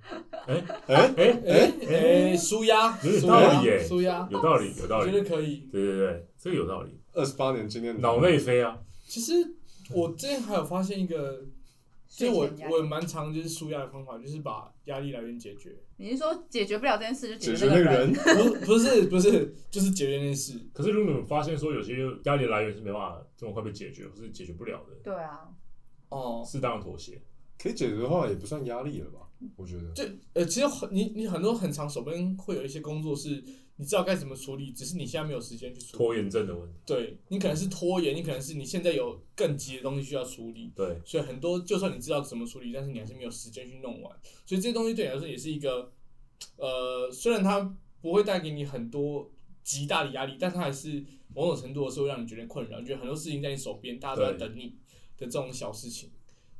Speaker 3: 哎、嗯
Speaker 1: 诶，哎舒压，
Speaker 3: 有点
Speaker 1: 舒
Speaker 3: 道
Speaker 1: 压
Speaker 3: 理耶
Speaker 1: 舒压，
Speaker 3: 有道理，有道
Speaker 1: 我觉
Speaker 3: 理，
Speaker 1: 得
Speaker 3: 对
Speaker 1: 可以。
Speaker 3: 对对，这个有道理。
Speaker 6: 二十八年经验，
Speaker 3: 脑内飞啊，
Speaker 1: 其实我之前还有发现一个，就是我
Speaker 2: 睡前压力
Speaker 1: 我蛮常就是舒压的方法，就是把压力来源解决。
Speaker 2: 你是说解决不了这件事就
Speaker 6: 解
Speaker 2: 解决
Speaker 6: 决那
Speaker 2: 那
Speaker 6: 个
Speaker 2: 个人？
Speaker 6: 人，
Speaker 1: 不不是不是，就是解决那件事。
Speaker 3: 可是如果你们发现说有些压力来源是没办法这么快被解决，或是解决不了的，
Speaker 2: 对啊，
Speaker 1: 哦，
Speaker 3: 适当的妥协。
Speaker 6: 可以解决的话也不算压力了吧？我觉得。
Speaker 1: 就呃，其实很你你很多很长手边会有一些工作是你知道该怎么处理，只是你现在没有时间去处理。
Speaker 3: 拖延症的问题，
Speaker 1: 对你可能是拖延，你可能是你现在有更急的东西需要处理，
Speaker 3: 对，
Speaker 1: 所以很多就算你知道怎么处理，但是你还是没有时间去弄完。所以这些东西对你来说也是一个，呃，虽然它不会带给你很多极大的压力，但它还是某种程度的时候让你觉得困扰，你觉得很多事情在你手边，大家都在
Speaker 3: 对
Speaker 1: 等你的这种小事情，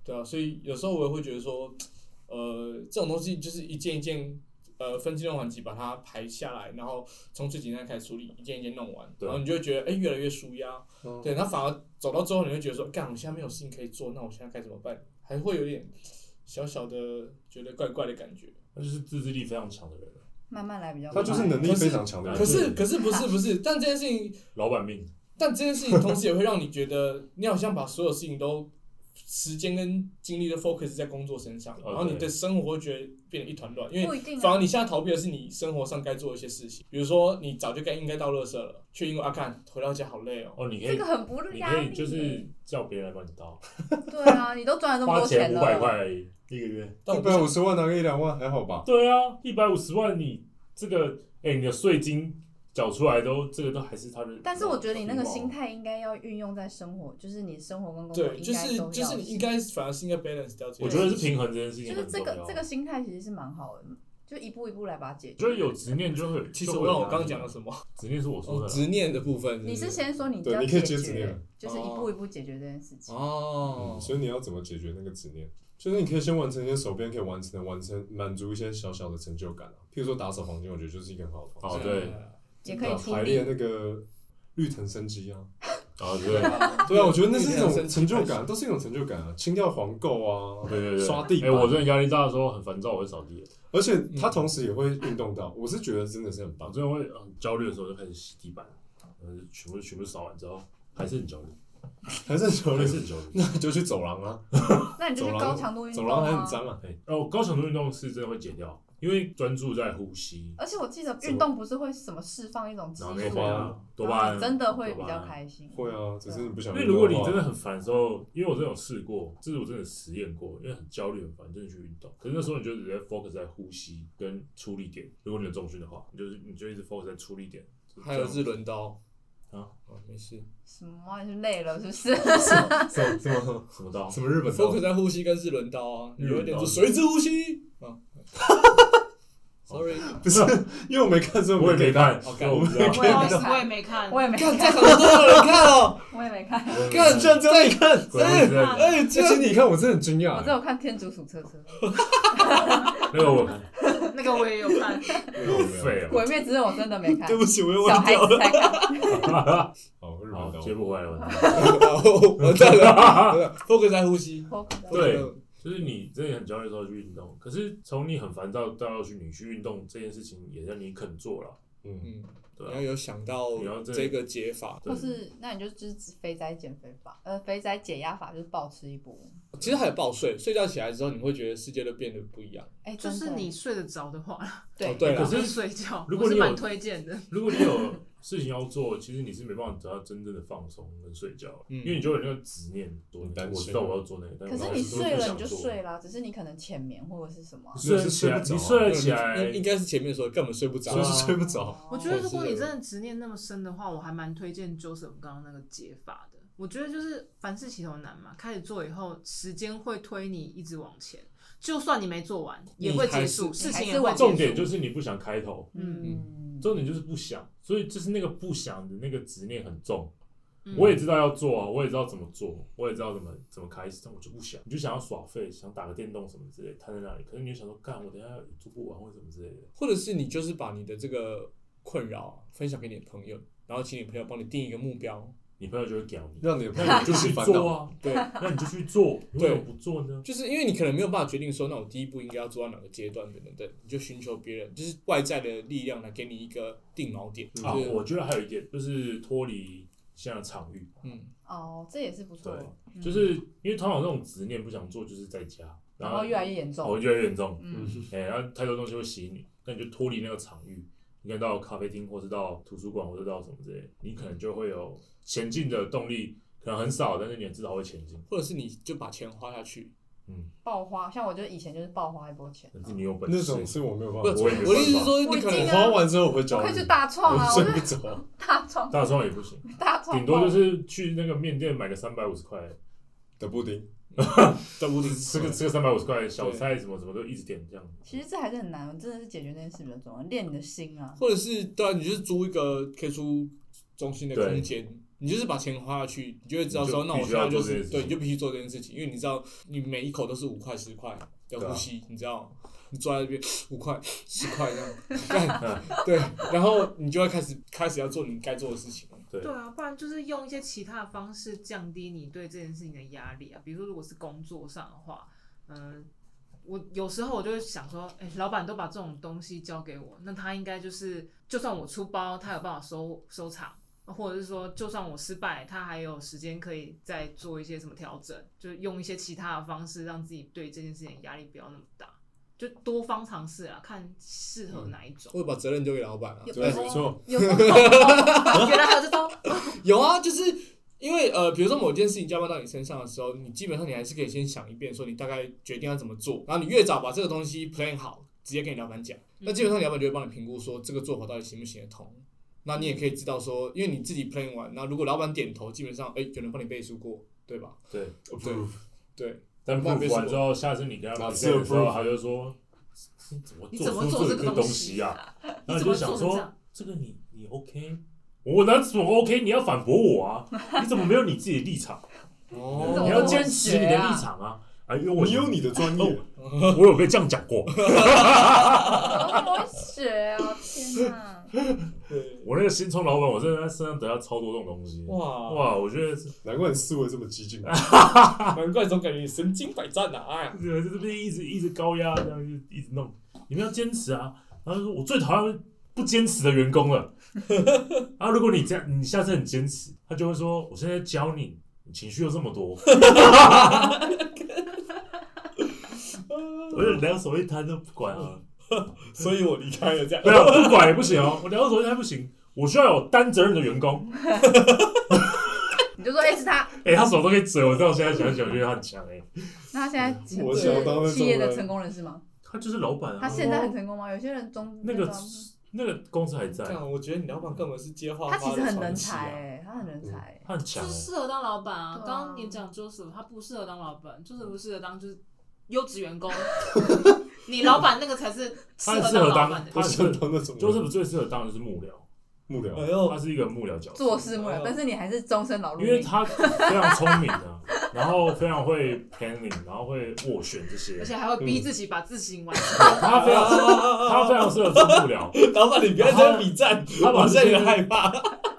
Speaker 1: 对啊。所以有时候我也会觉得说，呃，这种东西就是一件一件。呃，分阶段缓急把它排下来，然后从最简单开始处理，一件一件弄完，
Speaker 3: 对
Speaker 1: 然后你就会觉得，哎、越来越舒压，
Speaker 6: 嗯
Speaker 1: 对，然后反而走到最后，你会觉得说，干，我现在没有事情可以做，那我现在该怎么办？还会有点小小的觉得怪怪的感觉。
Speaker 3: 他就是自制力非常强的人，
Speaker 2: 慢慢来比较快。
Speaker 6: 他就是能力非常强的
Speaker 3: 啊
Speaker 6: 人
Speaker 1: 可，是，可是不是不是，但这件事情，
Speaker 3: 老板命。
Speaker 1: 但这件事情同时也会让你觉得，你好像把所有事情都时间跟精力都 focus 在工作身上，
Speaker 3: 哦
Speaker 1: 然后你
Speaker 3: 对
Speaker 1: 的生活会觉得变得一团乱，因为
Speaker 2: 不一定、
Speaker 1: 反而
Speaker 2: 啊。
Speaker 1: 你现在逃避的是你生活上该做的一些事情，比如说你早就该应该到垃圾了，却因为啊干回到家好累哦，
Speaker 3: 哦，你可
Speaker 2: 这
Speaker 3: 以
Speaker 2: 个，很不
Speaker 3: 你
Speaker 2: 压力
Speaker 3: 可
Speaker 2: 耶。
Speaker 3: 以就是叫别人来帮你倒，
Speaker 2: 对啊，你都赚了这么
Speaker 3: 花
Speaker 2: 多
Speaker 3: 钱
Speaker 2: 了，
Speaker 3: 五百块而已一个月。
Speaker 1: 但我
Speaker 6: 一
Speaker 1: 不
Speaker 6: 百
Speaker 1: 想
Speaker 6: 五十万拿个一两万还好吧？
Speaker 3: 对啊，一百五十万你这个，哎、你的税金缴出来都这个都还是他的。
Speaker 2: 但是我觉得你那个心，态应该要运用在生活，就是你生活跟工作
Speaker 1: 对，
Speaker 2: 应
Speaker 1: 就
Speaker 2: 该
Speaker 1: 是
Speaker 2: 都要。
Speaker 1: 就是你应该反而是应该 balance 掉这件事情。
Speaker 3: 我觉得是平衡这件事情
Speaker 2: 就
Speaker 3: 很
Speaker 2: 是
Speaker 3: 重
Speaker 2: 这
Speaker 3: 要。
Speaker 2: 个这个心态其实是蛮好的，就一步一步来把它解
Speaker 3: 我
Speaker 2: 决。
Speaker 3: 觉得有执念就会。
Speaker 1: 其
Speaker 3: 就
Speaker 1: 实
Speaker 3: 会
Speaker 1: 我
Speaker 3: 有
Speaker 1: 让我
Speaker 3: 压力
Speaker 1: 刚讲了什么？
Speaker 3: 执念是我说的
Speaker 1: 哦，
Speaker 3: 啦，
Speaker 1: 执念的部分
Speaker 2: 你
Speaker 1: 是
Speaker 2: 是先说你
Speaker 6: 对
Speaker 2: 要
Speaker 6: 你可以
Speaker 2: 解
Speaker 6: 接执
Speaker 2: 决
Speaker 6: 念，
Speaker 2: 就是一步一步解决这件事情。
Speaker 1: 哦
Speaker 6: 嗯，所以你要怎么解决那个执念？就是你可以先完成一些手边可以完成的，完成满足一些小小的成就感啊。譬如说打扫房间，我觉得就是一个很好的方
Speaker 3: 哦
Speaker 6: 式。
Speaker 1: 啊
Speaker 3: 对
Speaker 2: 也可以处
Speaker 6: 排
Speaker 2: 理
Speaker 6: 列那个绿藤生机啊。
Speaker 3: 啊对
Speaker 6: 对啊，我觉得那是一
Speaker 1: 绿藤生
Speaker 6: 种
Speaker 1: 机
Speaker 6: 成就
Speaker 1: 开
Speaker 6: 感，都是一种成就感啊。清掉黄垢啊，
Speaker 3: 对对对，
Speaker 6: 刷地
Speaker 3: 哎、
Speaker 6: 板
Speaker 3: 我嗯真的压力大的时候很烦躁，我会扫地，
Speaker 6: 而且它同时也会运动到，我是觉得真的是很
Speaker 3: 我
Speaker 6: 棒。
Speaker 3: 真的会很呃焦虑的时候就开始洗地板，然后就全部全部扫完之后还是很焦虑，
Speaker 6: 还是球
Speaker 3: 还
Speaker 6: 类
Speaker 3: 是
Speaker 6: 是，
Speaker 3: 很焦虑。
Speaker 6: 那你就去走廊啊，
Speaker 2: 那你就去
Speaker 6: 走廊
Speaker 2: 高强度运
Speaker 6: 走
Speaker 2: 动
Speaker 6: 廊还很
Speaker 2: 啊。
Speaker 6: 脏啊。
Speaker 3: 哎，哦，高强度运动是真的会减掉，因为专注在呼吸，
Speaker 2: 而且我记得运动不是会什么释放一种激
Speaker 3: 然
Speaker 2: 素
Speaker 3: 后内啡
Speaker 6: 多巴
Speaker 2: 吗，
Speaker 6: 胺
Speaker 3: 啊、多巴
Speaker 2: 你
Speaker 3: 胺，
Speaker 2: 真的会比
Speaker 3: 多巴
Speaker 2: 较
Speaker 3: 胺。
Speaker 2: 开心。
Speaker 6: 会啊，只是你不想
Speaker 3: 因
Speaker 6: 运动的话。
Speaker 3: 为如果你真的很烦的时候，因为我真的有试过，这是我真的实验过，因为很焦虑很烦，真的去运动。可是那时候你就直接 focus 在呼吸跟出力点，如果你有重训的话，你就是你就一直 focus 在出力点。就
Speaker 1: 还有
Speaker 3: 这样
Speaker 1: 日轮刀
Speaker 3: 啊，
Speaker 1: 哦，没事。
Speaker 2: 什么啊？你是累了是不是？
Speaker 6: 什什么
Speaker 3: 什么刀？
Speaker 6: 什么日本
Speaker 3: 哦
Speaker 1: focus
Speaker 6: 刀，
Speaker 1: 在呼吸跟日轮刀啊，
Speaker 3: 日轮刀
Speaker 1: 有一点就随之呼吸 啊。Sorry，
Speaker 3: 哦
Speaker 6: 不是，因为我没看，所以
Speaker 3: 我也
Speaker 6: 没
Speaker 3: 没看，
Speaker 1: 我
Speaker 3: 我不知道。
Speaker 4: 我
Speaker 2: 也
Speaker 4: 也
Speaker 2: 没
Speaker 4: 没
Speaker 2: 看
Speaker 4: 我也没看，
Speaker 2: 我也没
Speaker 1: 看
Speaker 2: 看，
Speaker 1: 在场的都有人看哦，
Speaker 2: 我也没看，
Speaker 3: 我也没
Speaker 1: 看这样这样看，
Speaker 3: 鬼故事
Speaker 4: 哎
Speaker 1: 哎，这
Speaker 6: 这其实你看我真的很惊
Speaker 2: 我
Speaker 6: 讶
Speaker 2: 只，有看天竺鼠车车，
Speaker 3: 那个我
Speaker 4: 那个我也有看，
Speaker 6: 路
Speaker 3: 废了。
Speaker 2: 鬼灭之刃我真的 没看
Speaker 1: 对，不起，我又
Speaker 2: 小
Speaker 1: 忘
Speaker 2: 孩
Speaker 1: 掉
Speaker 2: 子
Speaker 1: 了，
Speaker 2: 才看。
Speaker 6: 哦，日本
Speaker 3: 好，
Speaker 6: 刀，
Speaker 3: 接不回来了。
Speaker 1: 完蛋了，focus 在呼吸。
Speaker 3: 对就是你真的很焦虑的时候去运动，可是从你很烦躁到要去你去运动这件事情，也让你肯做了，
Speaker 6: 嗯，
Speaker 1: 嗯，
Speaker 3: 对
Speaker 1: 你
Speaker 3: 吧、
Speaker 1: 要有想到
Speaker 3: 你要这
Speaker 1: 这个解法，
Speaker 3: 对，
Speaker 2: 或是那你就就是肥宅减肥法，呃，肥宅解压法就是暴吃一波。
Speaker 1: 其实还有报睡，睡觉起来之后，你会觉得世界都变得不一样。
Speaker 2: 哎，
Speaker 4: 就
Speaker 2: 真的
Speaker 4: 是你睡得着的话，
Speaker 1: 哦
Speaker 2: 对，
Speaker 1: 对
Speaker 3: 可
Speaker 1: 了，
Speaker 3: 是
Speaker 4: 就是睡觉，
Speaker 3: 如果
Speaker 4: 我是
Speaker 3: 你有
Speaker 4: 蛮推荐的。
Speaker 3: 如果你有事情要做，其实你是没办法得到真正的放松跟睡觉的，
Speaker 1: 嗯
Speaker 3: 因为你就有那个执念，我
Speaker 6: 很担
Speaker 3: 我
Speaker 6: 心
Speaker 3: 知道我要做那个，但
Speaker 2: 可
Speaker 3: 我
Speaker 2: 是
Speaker 3: 还
Speaker 2: 你
Speaker 3: 是会
Speaker 2: 睡
Speaker 3: 不
Speaker 2: 了
Speaker 3: 想
Speaker 2: 你就
Speaker 3: 做
Speaker 2: 睡啦，只是你可能浅眠或者是什么
Speaker 3: 你。睡得起来，
Speaker 6: 那是睡
Speaker 3: 你睡
Speaker 6: 不着
Speaker 3: 得起
Speaker 1: 那
Speaker 3: 来，
Speaker 1: 应该是前面说的根本睡不着
Speaker 6: 就
Speaker 1: 啊，
Speaker 6: 是睡不着，
Speaker 4: 我觉得如果
Speaker 1: 是
Speaker 4: 你真的执念那么深的话，我还蛮推荐 Joseph 刚刚那个解法的。我觉得就是凡事起头难嘛，开始做以后，时间会推你一直往前，就算你没做完，也会结束，
Speaker 2: 你还是
Speaker 4: 事情
Speaker 2: 你还
Speaker 4: 也会
Speaker 2: 是往
Speaker 4: 结束
Speaker 3: 重点就是你不想开头，
Speaker 2: 嗯，
Speaker 3: 重点就是不想，所以就是那个不想的那个执念很重。
Speaker 4: 嗯
Speaker 3: 我也知道要做啊，我也知道怎么做，我也知道怎么怎么开始，但我就不想，你就想要耍废，想打个电动什么之类，瘫在那里。可是你就想说，干，我等一下做不完或者什么之类的。
Speaker 1: 或者是你就是把你的这个困扰分享给你的朋友，然后请你朋友帮你定一个目标，
Speaker 3: 你朋友就会屌你，
Speaker 6: 让你的朋
Speaker 3: 那
Speaker 6: 友
Speaker 3: 你就去
Speaker 6: 烦恼
Speaker 3: 做。啊，
Speaker 1: 对，
Speaker 3: 那你就去 做，你为什么不做呢？
Speaker 1: 就是因为你可能没有办法决定说，那我第一步应该要做到哪个阶段等等等，你就寻求别人，就是外在的力量来给你一个定锚点。
Speaker 6: 嗯
Speaker 3: 啊，
Speaker 1: 就是
Speaker 3: 我觉得还有一点就是脱离现在的场域，
Speaker 1: 嗯，
Speaker 2: 哦，这也是不错
Speaker 3: 对。啊
Speaker 2: 嗯
Speaker 3: 就是因为通常这种执念不想做，就是在家，
Speaker 2: 然后越来越严
Speaker 3: 哦
Speaker 2: 重。
Speaker 3: 越来越严重，
Speaker 2: 嗯，
Speaker 3: 哎、然后太多东西会吸引你，那你就脱离那个场域，你可能到咖啡厅，或是到图书馆，或是到什么之类的，你可能就会有前进的动力，可能很少，但是你至少会前进。
Speaker 1: 或者是你就把钱花下去。
Speaker 3: 嗯，
Speaker 2: 爆花，像我就以前就是爆花一波钱，啊
Speaker 3: 但是你有本事。
Speaker 6: 那种是我没有办
Speaker 1: 不，
Speaker 6: 法
Speaker 3: 我
Speaker 1: 我
Speaker 6: 做
Speaker 3: 也
Speaker 6: 的。
Speaker 3: 没
Speaker 1: 的意思是说，
Speaker 2: 我
Speaker 1: 你
Speaker 2: 已
Speaker 1: 可
Speaker 2: 经
Speaker 1: 能
Speaker 2: 啊
Speaker 6: 花完之后我会
Speaker 2: 我
Speaker 6: 找
Speaker 2: 可以
Speaker 6: 你
Speaker 2: 去，大创啊，
Speaker 6: 我
Speaker 2: 我
Speaker 6: 睡
Speaker 2: 就
Speaker 6: 不着。
Speaker 2: 大创，
Speaker 3: 大创也不行，
Speaker 2: 大创，
Speaker 3: 顶多就是去那个面店买个三百五十块，
Speaker 6: 的布丁，
Speaker 1: 在屋顶
Speaker 3: 吃个吃个三百五十块小菜什么什么都一直点这样。
Speaker 2: 其实这还是很难，真的是解决这件事比较重要，练你的心啊。
Speaker 1: 或者是对啊，你就是租一个 K 出中心的
Speaker 3: 对
Speaker 1: 空间，你就是把钱花下去，你就会知道说，
Speaker 3: 你就
Speaker 1: 那我
Speaker 3: 必须
Speaker 1: 现在
Speaker 3: 要做
Speaker 1: 就
Speaker 3: 这件
Speaker 1: 是
Speaker 3: 事情
Speaker 1: 对，你就必须做这件事情，因为你知道你每一口都是五块十块的
Speaker 3: 对啊
Speaker 1: 呼吸，你知道。你坐在那边五块十块这样，干对，然后你就会开始开始要做你该做的事情。
Speaker 3: 对
Speaker 4: 对啊，不然就是用一些其他的方式降低你对这件事情的压力啊。比如说，如果是工作上的话，嗯，我有时候我就会想说，哎、老板都把这种东西交给我，那他应该就是，就算我出包，他有办法收收场，或者是说，就算我失败，他还有时间可以再做一些什么调整，就是用一些其他的方式，让自己对这件事情的压力不要那么大，就多方尝试啊，看适合哪一种。
Speaker 1: 会把责任丢给老板啊。
Speaker 2: 有
Speaker 6: 对，没错，
Speaker 2: 有时候原来还有这招，
Speaker 1: 有啊，就是因为呃，比如说某件事情交办到你身上的时候，你基本上你还是可以先想一遍，说你大概决定要怎么做，然后你越早把这个东西 plan 好，直接跟你老板讲，那基本上你老板就会帮你评估说这个做法到底行不行得通。那你也可以知道说，因为你自己 plan 完，那如果老板点头，基本上哎、有人帮你背书过，对吧？
Speaker 3: 对，
Speaker 1: 对对，
Speaker 3: 但不完之后，下次你跟他买菜的时候，他就说：“你怎么
Speaker 4: 你怎么
Speaker 3: 做
Speaker 4: 做
Speaker 3: 出
Speaker 4: 这
Speaker 3: 这
Speaker 4: 个
Speaker 3: 东
Speaker 4: 西
Speaker 3: 啊？” 然
Speaker 4: 你
Speaker 3: 后你
Speaker 4: 怎么
Speaker 3: 就想
Speaker 4: 做成这样
Speaker 3: 说？：“这个你你 OK？我哪怎么 OK？你要反驳我 啊？你怎么没有你自己的立场？
Speaker 2: 怎么
Speaker 3: 你
Speaker 1: 哦
Speaker 2: 那
Speaker 3: 要
Speaker 2: 么
Speaker 3: 坚持你的立场啊！啊，因为我
Speaker 6: 你有你的专业，
Speaker 3: 我有被这样讲过，
Speaker 2: 怎么会学啊？天哪！
Speaker 3: 我那个新冲老板，我真的在身上得到超多这种东西。
Speaker 1: 哇
Speaker 3: 哇，我觉得是
Speaker 6: 难怪你思维这么 激进。
Speaker 1: 哇，难怪总感觉你神经百战啊！哎，
Speaker 3: 就是这边一直一直高压，这样就一直弄，你们要坚持啊！然后说我最讨厌不坚持的员工了。然后如果你这样，你下次很坚持，他就会说：我现在教你，你情绪又这么多，我就两手一摊都不管啊，
Speaker 1: 所以我离开了这样
Speaker 3: 没有不管也不行哦，我两手一摊不行，我需要有担责任的员工。
Speaker 2: 你就说哎是他，
Speaker 3: 哎、他什么都可以嘴，我到现在想想，我觉得他很强哎、
Speaker 2: 那他现在
Speaker 6: 我想当那
Speaker 2: 是
Speaker 6: 种
Speaker 2: 企业的
Speaker 6: 人
Speaker 2: 成功人士吗？
Speaker 3: 他就是老板啊。
Speaker 2: 他现在很成功吗？有些人中
Speaker 3: 那个
Speaker 2: 种
Speaker 3: 那个公司还在，
Speaker 1: 干我觉得你老板根本是接话
Speaker 2: 他
Speaker 1: 花
Speaker 2: 其实
Speaker 1: 的
Speaker 2: 很
Speaker 1: 传
Speaker 2: 能
Speaker 1: 奇
Speaker 2: 才
Speaker 1: 啊
Speaker 2: 哎，他很能才欸。
Speaker 3: 他很强、
Speaker 4: 就是
Speaker 3: 欸。
Speaker 4: 适合当老板啊
Speaker 2: 对。啊
Speaker 4: 刚刚你讲 Joseph，他不适合当老板，Joseph 不适合当就是优质员工。你老板那个才是适
Speaker 3: 他很
Speaker 4: 合
Speaker 3: 适合
Speaker 4: 老
Speaker 3: 当
Speaker 4: 板的。
Speaker 6: 我想当那种人
Speaker 3: 周师傅最适合当的就是幕僚，
Speaker 6: 幕
Speaker 1: 哎
Speaker 6: 僚，
Speaker 1: 呦
Speaker 3: 他，是一个幕僚角色，
Speaker 2: 做事不了，但是你还是终身劳碌
Speaker 3: 因为
Speaker 2: 命。
Speaker 3: 他非常聪明 啊，然后非常会 planning，然后会斡旋这些
Speaker 4: 而，且还会逼自己把自行完成。
Speaker 3: 他非常 他非常适合做幕僚，
Speaker 1: 老板，你不要在那比战，
Speaker 3: 他把
Speaker 1: 我
Speaker 3: 这
Speaker 1: 现在有点
Speaker 3: 些
Speaker 1: 害怕。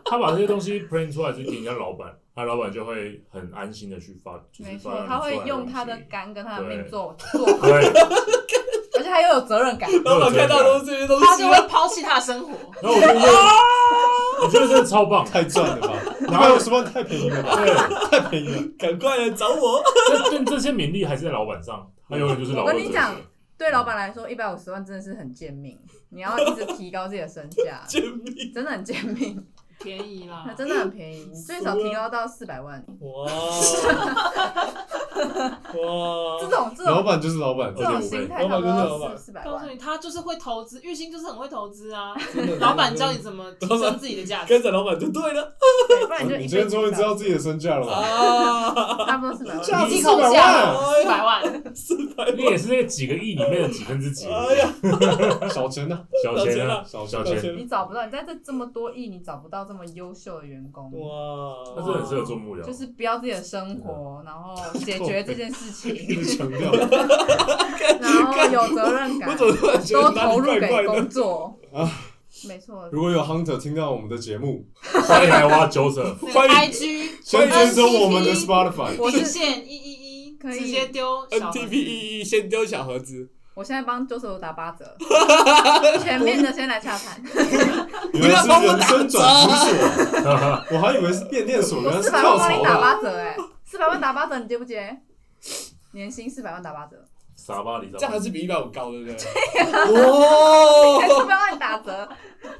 Speaker 3: 他把这些东西 plan 出来就给人家老板，他老板就会很安心的去发，就是
Speaker 2: 没
Speaker 3: 发
Speaker 2: 错，他会用他的
Speaker 3: 东西
Speaker 2: 肝跟他的
Speaker 3: 对
Speaker 2: 命做做好，
Speaker 3: 对，
Speaker 2: 而且他又有责任感。
Speaker 1: 老板看到都是这些东
Speaker 4: 他
Speaker 1: 西
Speaker 4: 就，会抛弃他的生 活，
Speaker 3: 然后我觉得 我觉得真的超棒，
Speaker 6: 太赚了 吧？
Speaker 3: 然
Speaker 6: 然后
Speaker 3: 后
Speaker 6: 有十万太便 宜了吧？
Speaker 3: 对，
Speaker 6: 太便宜了。
Speaker 1: 赶快来找我。
Speaker 3: 这这这些名利还是在老板上，他永远就是老
Speaker 2: 我
Speaker 3: 板。
Speaker 2: 跟你讲，对老板来说，一百五十万真的是很贱命，你要一直提高自己的身价，
Speaker 1: 救命！
Speaker 2: 真的很贱命，
Speaker 4: 便宜啦
Speaker 2: 那。真的很便宜，你最少提高到四百万。
Speaker 1: 哇
Speaker 2: 这
Speaker 1: 哇！
Speaker 2: 种这
Speaker 6: 老
Speaker 2: 种
Speaker 6: 板就是老板，
Speaker 2: 这
Speaker 3: 对
Speaker 2: 种心态，
Speaker 1: 老
Speaker 2: 差
Speaker 1: 板
Speaker 2: 不
Speaker 1: 跟老
Speaker 2: 多
Speaker 1: 板
Speaker 2: 是四百
Speaker 4: 告诉
Speaker 2: 万。
Speaker 4: 你，他就是会投资，玉兴就是很会投资啊。
Speaker 1: 真的
Speaker 4: 老板教你怎么提
Speaker 1: 老板
Speaker 4: 升自己的价值，
Speaker 1: 跟着老板就对了
Speaker 2: 对，不然就
Speaker 6: 你
Speaker 2: 一
Speaker 6: 今天
Speaker 2: 辈
Speaker 6: 终于
Speaker 2: 子
Speaker 6: 知道自己的身价了吧？
Speaker 1: 啊！
Speaker 2: 差不多四百
Speaker 6: 这样
Speaker 2: 万。
Speaker 4: 已经
Speaker 6: 400
Speaker 4: 扣
Speaker 6: 万
Speaker 4: 下 了四百万。
Speaker 1: 四百
Speaker 3: 你
Speaker 1: 万，
Speaker 3: 也是那个几个亿里面的几分之几，
Speaker 1: 哎呀，
Speaker 6: 小钱呢？
Speaker 3: 小钱啊，
Speaker 6: 小
Speaker 3: 小
Speaker 6: 钱。
Speaker 3: 钱，
Speaker 2: 你找不到，你在这这么多亿，你找不到这么优秀的员工。
Speaker 3: 他
Speaker 1: 哇！
Speaker 3: 真的很适合做幕僚，
Speaker 2: 就是不要自己的生活，然后解决这件事
Speaker 6: 一直
Speaker 2: 情，
Speaker 6: 强调
Speaker 2: 然后有责任
Speaker 1: 我
Speaker 2: 感，
Speaker 1: 怎么突然 觉
Speaker 2: 都
Speaker 1: 得哪
Speaker 2: 投
Speaker 1: 里
Speaker 2: 入
Speaker 1: 怪怪
Speaker 2: 给工
Speaker 1: 的？
Speaker 2: 作。没错，
Speaker 6: 如果有 Hunter 听到我们的节目，
Speaker 3: 欢迎来挖 Joseph，
Speaker 6: 欢迎
Speaker 5: IG
Speaker 6: 先追踪我们的
Speaker 5: NTV
Speaker 6: Spotify。
Speaker 5: 我是线一一 一，
Speaker 2: 可以
Speaker 5: 直接丢小盒子
Speaker 1: NTP 一一先丢小盒子，
Speaker 2: 我现在帮 Joseph 打八折，前面的先来洽谈，
Speaker 6: 原来是人生转职所，
Speaker 3: 哈
Speaker 6: 我还以为是变电所，原来
Speaker 2: 我
Speaker 6: 是
Speaker 2: 四百万帮
Speaker 6: 跳
Speaker 2: 你
Speaker 6: 槽
Speaker 2: 打
Speaker 6: 的。
Speaker 2: 八折，哎，四百万打八折，你接不接？年薪四百万打八折，
Speaker 3: 傻巴里，
Speaker 1: 这
Speaker 3: 傻巴
Speaker 1: 样还
Speaker 3: 里
Speaker 1: 是比一百五高，对不对？哇
Speaker 2: 哎，四百万打折，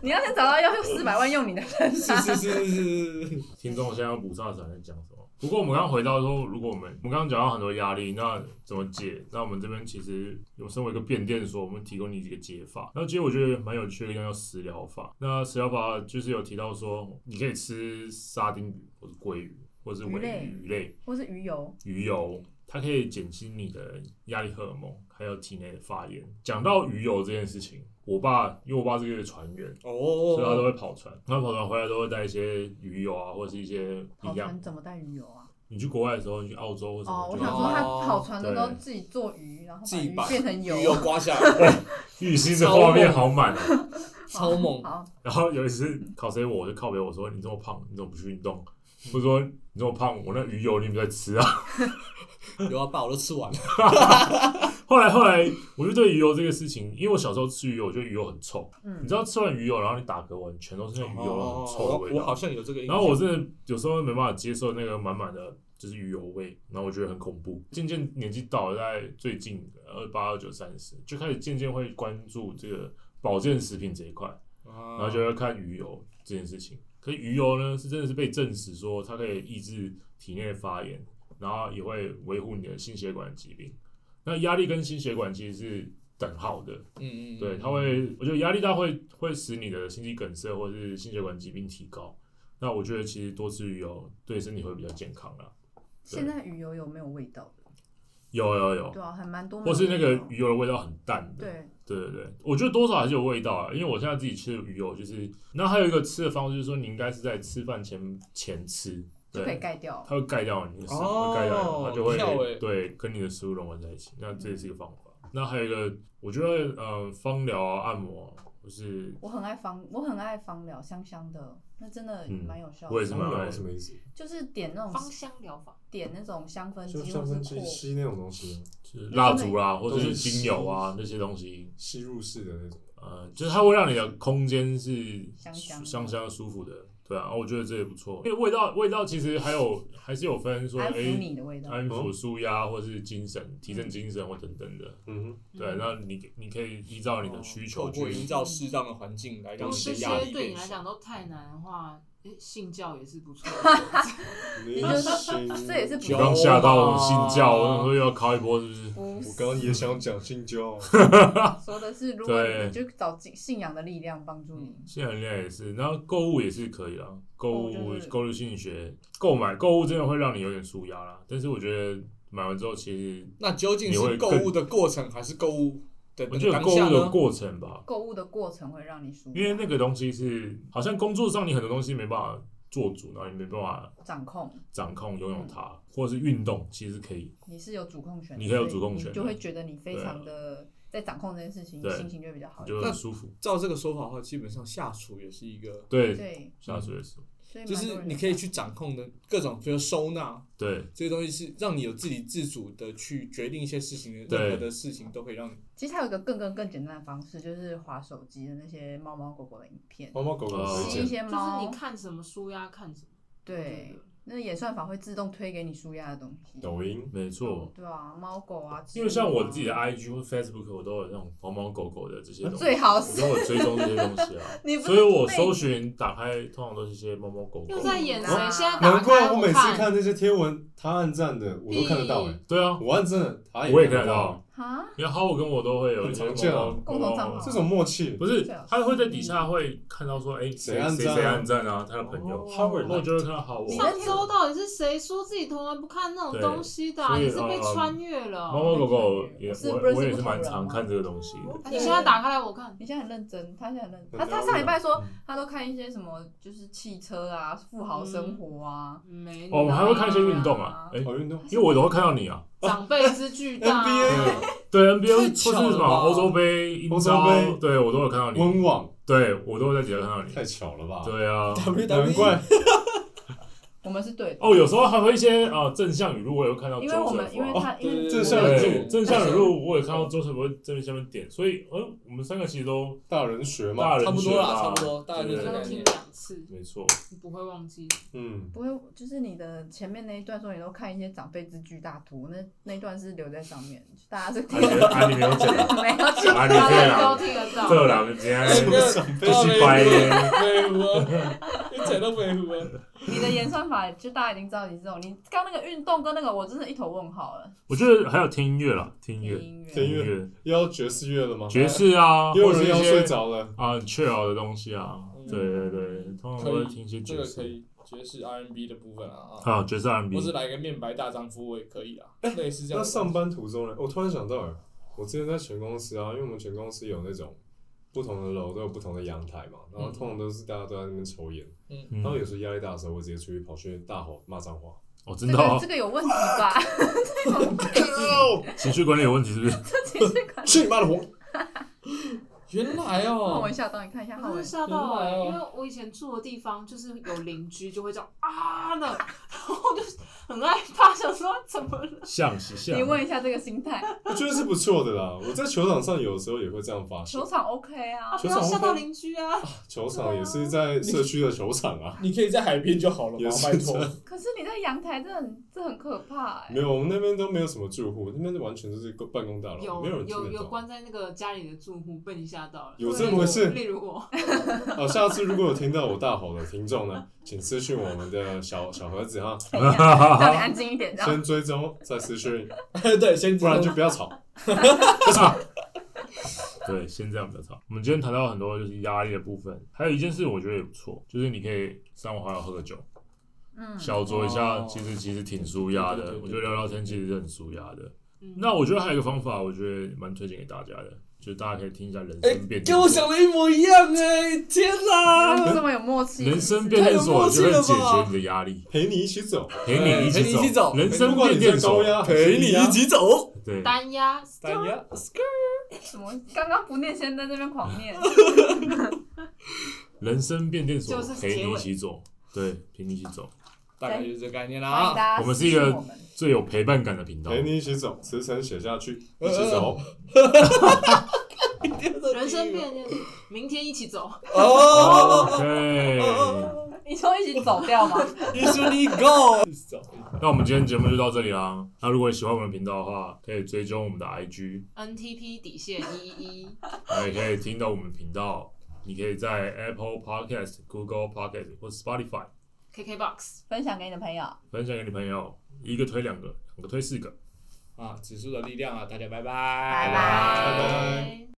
Speaker 2: 你要先找到要用四百万用你的 人
Speaker 1: 是
Speaker 2: 啊，
Speaker 1: 是是是是，
Speaker 3: 听众现在要补上的时候还在讲什么？不过我们刚刚回到说，如果我们我们刚刚讲到很多压力，那怎么解？那我们这边其实有身为一个变电所，我们提供你几个解法。然后其实我觉得蛮有趣的一个叫食疗法。那食疗法就是有提到说，你可以吃沙丁鱼或者鲑鱼或者是尾
Speaker 2: 鱼类
Speaker 3: 鱼类
Speaker 2: 或是鱼油，
Speaker 3: 鱼油，它可以减轻你的压力荷尔蒙，还有体内的发炎。讲到鱼油这件事情，我爸因为我爸是一个船员。所以他都
Speaker 1: 哦，
Speaker 3: 会跑船，那跑船回来都会带一些鱼油啊，或者是一些
Speaker 2: 跑
Speaker 3: 营养
Speaker 2: 船怎么带鱼油啊？
Speaker 3: 你去国外的时候，你去澳洲或什
Speaker 2: 哦
Speaker 3: 么，，
Speaker 2: 我
Speaker 3: 就
Speaker 2: 想说他跑船的时候
Speaker 3: 对
Speaker 2: 自己做鱼，然后
Speaker 1: 自己
Speaker 2: 把
Speaker 1: 把
Speaker 2: 鱼变成
Speaker 1: 鱼油
Speaker 2: 油，
Speaker 1: 刮下来，
Speaker 3: 玉溪这画面好满啊。
Speaker 1: 超猛，
Speaker 2: 好，
Speaker 3: 然后有一次考谁我，我就靠北我说你这么胖，你怎么不去运动？我说你这么胖，我那鱼油你有没有在吃啊？
Speaker 1: 有啊，爸我都吃完了，
Speaker 3: 后来后来，我就对鱼油这个事情，因为我小时候吃鱼油，我觉得鱼油很臭。你
Speaker 2: 嗯
Speaker 3: 知，道吃完鱼油，然后你打嗝完，全都是那鱼油很臭的
Speaker 1: 哦
Speaker 3: 味
Speaker 1: 我好
Speaker 3: 道。
Speaker 1: 像有这个印象，
Speaker 3: 然后我真的有时候没办法接受那个满满的就是鱼油味，然后我觉得很恐怖。渐渐年纪到了，在最近二八、二九、三十，就开始渐渐会关注这个保健食品这一块。
Speaker 1: 啊，
Speaker 3: 然后就要看鱼油这件事情。可是鱼油呢，是真的是被证实说它可以抑制体内发炎，然后也会维护你的心血管疾病。那压力跟心血管其实是等号的，
Speaker 1: 嗯嗯，嗯
Speaker 3: 对，它会，我觉得压力大会会使你的心肌梗塞或是心血管疾病提高。那我觉得其实多吃鱼油对身体会比较健康啊啦。
Speaker 2: 现在鱼油有没有味道的？
Speaker 3: 有有有，
Speaker 2: 对啊，还蛮多没有
Speaker 3: 或
Speaker 2: 味
Speaker 3: 是
Speaker 2: 道的，
Speaker 3: 那个鱼油的味道很淡的，
Speaker 2: 对，
Speaker 3: 对对对，我觉得多少还是有味道啊，因为我现在自己吃的鱼油就是，那还有一个吃的方式就是说，你应该是在吃饭前前吃，
Speaker 2: 就可以
Speaker 3: 对，
Speaker 2: 盖掉。
Speaker 3: 它会盖掉你的食物，
Speaker 1: 哦
Speaker 3: 会盖掉你，它就
Speaker 1: 跳
Speaker 3: 会
Speaker 1: 欸
Speaker 3: 对跟你的食物融合在一起，那这也是一个方法。
Speaker 2: 嗯
Speaker 3: 那还有一个，我觉得呃，芳疗啊、按摩啊，或是
Speaker 2: 我很爱芳，我很爱芳疗，香香的，那真的
Speaker 3: 嗯
Speaker 2: 蛮有效的。
Speaker 3: 我也是蛮爱
Speaker 6: 聊
Speaker 3: 的
Speaker 6: 什么意思？
Speaker 2: 就是点那
Speaker 5: 芳
Speaker 2: 种
Speaker 5: 香疗法，
Speaker 2: 点那种香氛
Speaker 6: 就
Speaker 2: 机
Speaker 6: 香
Speaker 2: 或
Speaker 6: 氛
Speaker 2: 是
Speaker 6: 机
Speaker 2: 扩，
Speaker 6: 吸那种东西，
Speaker 3: 就是蜡烛啦、或
Speaker 6: 都
Speaker 3: 是
Speaker 6: 是
Speaker 3: 精油啊那些东西，
Speaker 6: 吸入式的那种。
Speaker 3: 呃，就是它会让你的空间是
Speaker 2: 香香的
Speaker 3: 香香舒服的，对啊，我觉得这也不错，因为味道味道其实还有还是有分说，
Speaker 2: 安
Speaker 3: 哎
Speaker 2: 抚。你的味道。
Speaker 3: 安抚、舒压，或是精神提振精神或等等的。
Speaker 6: 嗯
Speaker 3: 对，啊那你你可以依照你的需求
Speaker 1: 哦透过营
Speaker 3: 去。
Speaker 1: 造适当的环境来
Speaker 5: 如
Speaker 1: 让
Speaker 5: 果
Speaker 1: 你
Speaker 5: 这
Speaker 1: 的压
Speaker 5: 些
Speaker 1: 力
Speaker 5: 对
Speaker 1: 变
Speaker 5: 你来
Speaker 1: 小
Speaker 5: 讲。都太难的话，诶性教也是不 错的。
Speaker 6: 哼，
Speaker 2: 这
Speaker 6: 你
Speaker 2: 就是
Speaker 6: 心，
Speaker 2: 这也是
Speaker 3: 你
Speaker 2: 补
Speaker 1: 有
Speaker 3: 刚吓到信教，我想说又要考一波是不是？
Speaker 2: 不
Speaker 6: 我
Speaker 2: 是
Speaker 6: 刚刚也想讲性交，
Speaker 2: 说的是，如果
Speaker 3: 对
Speaker 2: 你就找信信仰的力量帮助
Speaker 6: 嗯
Speaker 2: 你。
Speaker 3: 现在应该也是，然后购物也是可以啦，购
Speaker 2: 购
Speaker 3: 物
Speaker 2: 物就是
Speaker 3: 购入心理学，购买购物真的会让你有点舒压啦。但是我觉得买完之后，其实
Speaker 1: 那究竟
Speaker 3: 你会
Speaker 1: 是购
Speaker 3: 更
Speaker 1: 物的过程还是购物的
Speaker 3: 我
Speaker 1: 那
Speaker 3: 觉得
Speaker 1: 个当
Speaker 3: 购
Speaker 1: 下
Speaker 3: 物的
Speaker 1: 呢？
Speaker 3: 过程吧，
Speaker 2: 购物的过程会让你舒服，
Speaker 3: 因为那个东西是好像工作上你很多东西没办法做主，然后你没办法
Speaker 2: 掌控
Speaker 3: 掌控拥有它，或者是运动其实可以
Speaker 2: 你是有主控权的，
Speaker 3: 你可以有主控权啊
Speaker 2: 所以你就会觉得你非常的在掌控这件事情，
Speaker 3: 对
Speaker 2: 心情就会比较好一
Speaker 3: 就
Speaker 2: 点。
Speaker 3: 很舒服。
Speaker 1: 照这个说法的话，基本上下厨也是一个，
Speaker 3: 对，
Speaker 2: 对，
Speaker 3: 下水的时候，
Speaker 2: 所以蛮
Speaker 1: 就
Speaker 2: 多人
Speaker 1: 是你可以去掌控的各种，比如收纳
Speaker 3: 对
Speaker 1: 这些东西，是让你有自己自主的去决定一些事情的，
Speaker 3: 对
Speaker 1: 任何的事情都可以让你。
Speaker 2: 其实还有一个更更更简单的方式，就是划手机的那些猫猫狗狗的影片，
Speaker 6: 猫猫狗狗
Speaker 3: 哦
Speaker 6: 推
Speaker 2: 吸一
Speaker 6: 荐，
Speaker 2: 些
Speaker 5: 就是
Speaker 2: 猫
Speaker 5: 你，看什么书呀，看什么。
Speaker 2: 对，那演算法会自动推给你舒压的东西。
Speaker 6: 抖音
Speaker 3: 没错。
Speaker 2: 对啊，猫狗啊，
Speaker 3: 因为像我自己
Speaker 2: 植物
Speaker 3: 的
Speaker 2: 啊
Speaker 3: IG 或 Facebook，我都有那种猫猫狗狗的这些东西，
Speaker 2: 最好
Speaker 3: 我
Speaker 2: 是。
Speaker 3: 都有追踪这些东西啊
Speaker 2: 你不是
Speaker 3: 所以我搜寻打开，通常都是一些猫猫狗狗
Speaker 5: 又。在演谁？
Speaker 2: 嗯
Speaker 5: 现在打
Speaker 6: 难
Speaker 5: 开
Speaker 6: 怪
Speaker 5: 我
Speaker 6: 我每次看那些贴文，他按赞的我都看得到哎，
Speaker 3: 对啊，
Speaker 6: 我按赞的他
Speaker 3: 我也看得
Speaker 6: 看
Speaker 3: 到。。
Speaker 2: 哈，
Speaker 3: 你看，好，我跟我都会有一些
Speaker 6: 很常见啊
Speaker 3: 猫猫
Speaker 2: 共同账号
Speaker 6: 这种默契，
Speaker 3: 不是
Speaker 2: 对啊
Speaker 3: 他会在底下会看到说，哎，
Speaker 6: 谁
Speaker 3: 谁
Speaker 6: 按
Speaker 3: 谁
Speaker 6: 赞啊
Speaker 3: 谁按赞啊，他的朋友。
Speaker 6: 他会
Speaker 3: 然后我就会看到好我。
Speaker 2: 哦你
Speaker 5: 上周到底是谁说自己从来不看那种东西的、
Speaker 3: 对
Speaker 5: 啊？
Speaker 3: 哦
Speaker 5: 你是
Speaker 3: 所以
Speaker 5: 被穿越了
Speaker 3: 猫
Speaker 5: 哦。
Speaker 3: 猫狗狗也
Speaker 2: 我是
Speaker 3: 我
Speaker 2: 不认识
Speaker 3: 我也是
Speaker 2: 不同
Speaker 3: 蛮
Speaker 2: 人啊
Speaker 3: 常
Speaker 2: 吗
Speaker 3: 看这个东西的。
Speaker 5: 你现在打开来我
Speaker 3: 哦
Speaker 5: 看，
Speaker 2: 你现在很认真，他现在很认真。他
Speaker 6: 很
Speaker 2: 他
Speaker 6: 疗愈啊
Speaker 2: 上礼拜说
Speaker 3: 嗯
Speaker 2: 他都看一些什么，就是汽车啊、富豪生活啊，
Speaker 5: 没
Speaker 3: 哦，我还会看一些运动啊
Speaker 2: 啊，
Speaker 3: 哎，
Speaker 6: 好运动，
Speaker 3: 因为我都会看到你啊。
Speaker 5: 长辈之巨 大、
Speaker 6: NBA
Speaker 5: 啊。
Speaker 3: 对 NBA
Speaker 1: 太
Speaker 3: 或是
Speaker 1: 巧了
Speaker 3: 什么
Speaker 1: 吧
Speaker 3: 欧洲杯、英
Speaker 6: 欧洲
Speaker 3: 超
Speaker 6: 杯，
Speaker 3: 对我都有看到你。
Speaker 6: 温网
Speaker 3: 对我都会在底下看到你。
Speaker 6: 太巧了吧？
Speaker 3: 对啊，
Speaker 1: WWE
Speaker 6: 难怪
Speaker 2: 我们是对的，
Speaker 3: 哦，有时候还会一些啊、呃正向语录，我也会看到
Speaker 2: 因
Speaker 3: Joseph
Speaker 2: 为
Speaker 3: 啊。
Speaker 2: 我们因为他因为
Speaker 6: 正向语录
Speaker 3: 对正向语录，我也看到 Joseph 会这边下面点，所以呃，我们三个其实都
Speaker 6: 大人学嘛
Speaker 3: 大。人
Speaker 1: 差不
Speaker 3: 学
Speaker 1: 多啦，
Speaker 3: 吧
Speaker 1: 差不多，大概就
Speaker 3: 对
Speaker 1: 是这
Speaker 4: 要
Speaker 1: 个概
Speaker 4: 听
Speaker 1: 念。
Speaker 4: 两次，
Speaker 3: 没错，
Speaker 4: 你不会忘 记。
Speaker 6: 嗯，
Speaker 2: 不会，就是你的前面那一段说你都看一些长辈之巨大图，那那一段是留在上面，大家是
Speaker 3: 啊
Speaker 2: 听
Speaker 3: 你
Speaker 2: 得
Speaker 3: 啊你没有讲，
Speaker 2: 懂没有去
Speaker 3: 啊你
Speaker 4: 大
Speaker 3: 对
Speaker 4: 家
Speaker 3: 啦
Speaker 4: 都，听得到，
Speaker 3: 这啦，你今天
Speaker 1: 哎
Speaker 6: 不想
Speaker 3: 被 洗白了，
Speaker 1: 北湖啊，你讲到北湖啊，
Speaker 2: 你的演算法，就大家已经知道你这种。你刚那个运动跟那个，我真的一头问号了。
Speaker 3: 我觉得还有听音乐啦，听音
Speaker 2: 听
Speaker 3: 乐，
Speaker 2: 音乐，
Speaker 6: 听音乐又要爵士乐了吗？
Speaker 3: 爵士啊，
Speaker 6: 又
Speaker 3: 或
Speaker 6: 有
Speaker 3: 者
Speaker 6: 人要
Speaker 3: 一
Speaker 6: 睡
Speaker 3: 些
Speaker 6: 着了。
Speaker 3: 啊很 chill 的东西啊，对对对，通常都会听一些
Speaker 1: 这
Speaker 3: 爵
Speaker 1: 嗯个可
Speaker 3: 士，
Speaker 1: 以爵士 R&B 的部分啊啊，
Speaker 3: 啊爵士 R&B，
Speaker 1: 或是来个面白大丈夫我也可以啊，类似这样
Speaker 6: 哎那
Speaker 1: 的。
Speaker 6: 上班途中呢？我突然想到，哎我之前在前公司啊，因为我们前公司有那种不同的楼都有不同的阳台嘛，然后通常都是大家都在那边抽烟，
Speaker 3: 嗯
Speaker 1: 哦
Speaker 6: 然后有时候压力大的时候，我直接出去跑去大吼骂脏话。
Speaker 3: 哦真
Speaker 2: 这
Speaker 3: 的哦
Speaker 2: 个 这，个有问题吧？
Speaker 3: 情绪管理有问题是不 是？
Speaker 2: 这个情绪管理
Speaker 6: 去你妈的活！
Speaker 1: 原来
Speaker 2: 让
Speaker 1: 哦
Speaker 2: 我，吓到，你看一下浩
Speaker 5: 我
Speaker 2: 文
Speaker 5: 是，吓到
Speaker 4: 啊
Speaker 5: 哎、
Speaker 1: 真的哦
Speaker 5: 因为我以前住的地方就是有邻居就会这样啊的，然后我就很害怕，想说啊怎么了？
Speaker 3: 像是像
Speaker 2: 你，问一下这个心 态，
Speaker 6: 我觉得是不错的啦。我在球场上有时候也会这样发 生
Speaker 2: 球，场 OK
Speaker 5: 啊，
Speaker 2: 啊，
Speaker 5: 不要吓到邻居啊！
Speaker 6: 球场也是在社区的球场啊。
Speaker 1: 你可以在海边就好了
Speaker 6: 也
Speaker 1: 嘛，
Speaker 6: 是啊
Speaker 1: 拜托
Speaker 6: 这。
Speaker 2: 可是你在阳台，这很这很可怕哎、
Speaker 6: 没有，我们那边都没有什么住户，那边完全就是办公大楼，
Speaker 5: 有
Speaker 6: 没人听
Speaker 5: 有
Speaker 6: 得
Speaker 5: 有
Speaker 6: 懂。
Speaker 5: 关在那个家里的住户被你吓到了，
Speaker 6: 有这么回事
Speaker 5: 例如例如我，
Speaker 6: 哦，下次如果有听到我大吼的听众呢，请私讯我们的小小盒子哈，
Speaker 2: 哎呀
Speaker 3: 啊
Speaker 2: 叫你安静一点，这样
Speaker 6: 先追踪再私讯，
Speaker 1: 对，先
Speaker 6: 不然就不 要吵。
Speaker 3: 对，先这样比较吵。我们今天谈到很多就是压力的部分，还有一件事我觉得也不错，就是你可以三五好友喝个酒，
Speaker 2: 嗯，
Speaker 3: 小酌一下，
Speaker 1: 哦
Speaker 3: 其实其实挺舒压
Speaker 1: 对
Speaker 3: 的
Speaker 1: 对对。
Speaker 3: 我觉得聊聊天其实是很舒压的。
Speaker 5: 嗯
Speaker 3: 那我觉得还有一个方法，我觉得蛮推荐给大家的，就是大家可以听一下人
Speaker 1: 哎
Speaker 3: 生，辩
Speaker 1: 跟我
Speaker 3: 论
Speaker 1: 想
Speaker 3: 所。
Speaker 1: 的一模一样哎，天
Speaker 2: 你
Speaker 1: 哪！
Speaker 2: 们这么有默契，
Speaker 3: 人生辩论所就
Speaker 1: 太有
Speaker 3: 会解
Speaker 1: 默契了吧
Speaker 3: 决你的压力，
Speaker 6: 陪你一起走，
Speaker 3: 陪你一
Speaker 1: 陪你一
Speaker 3: 起
Speaker 1: 起走
Speaker 3: 人
Speaker 6: 不
Speaker 3: 生
Speaker 6: 管
Speaker 3: 辩
Speaker 6: 你在
Speaker 3: 论所，
Speaker 6: 高压还是
Speaker 1: 陪
Speaker 6: 低
Speaker 1: 你啊
Speaker 6: 压
Speaker 1: 一，起走，
Speaker 3: 对，
Speaker 5: 单压
Speaker 1: 大家
Speaker 2: 什么？刚刚不念，现在这边 狂念，
Speaker 3: 人生辩论所
Speaker 5: 就是
Speaker 3: 陪
Speaker 5: 结
Speaker 3: 你
Speaker 5: 尾
Speaker 3: 一起走，对，陪你一起走，
Speaker 1: 大概就是这个概念啦
Speaker 2: 欢迎
Speaker 1: 啊。
Speaker 2: 大家
Speaker 3: 我们是一个
Speaker 2: 私信我们
Speaker 3: 最有陪伴感的频道。
Speaker 6: 陪你一起走，辞呈写下去，一起走。
Speaker 5: 人生变得明天一起走，
Speaker 1: 哦，
Speaker 3: OK，
Speaker 2: 你说一起走掉吗？
Speaker 1: 一起你 go，
Speaker 3: 那我们今天节目就到这里啦。那如果你喜欢我们的频道的话，可以追踪我们的 IG，
Speaker 5: NTP 底线一一一，
Speaker 3: 还可以听到我们频道。你可以在 Apple Podcast、Google Podcast 或 Spotify
Speaker 5: KKBOX，
Speaker 2: 分享给你的朋友，
Speaker 3: 分享给你朋友，一个推两个，两个推四个。
Speaker 1: 啊，指数的力量啊，大家拜拜，
Speaker 2: 拜
Speaker 1: 拜
Speaker 2: 拜
Speaker 5: 拜。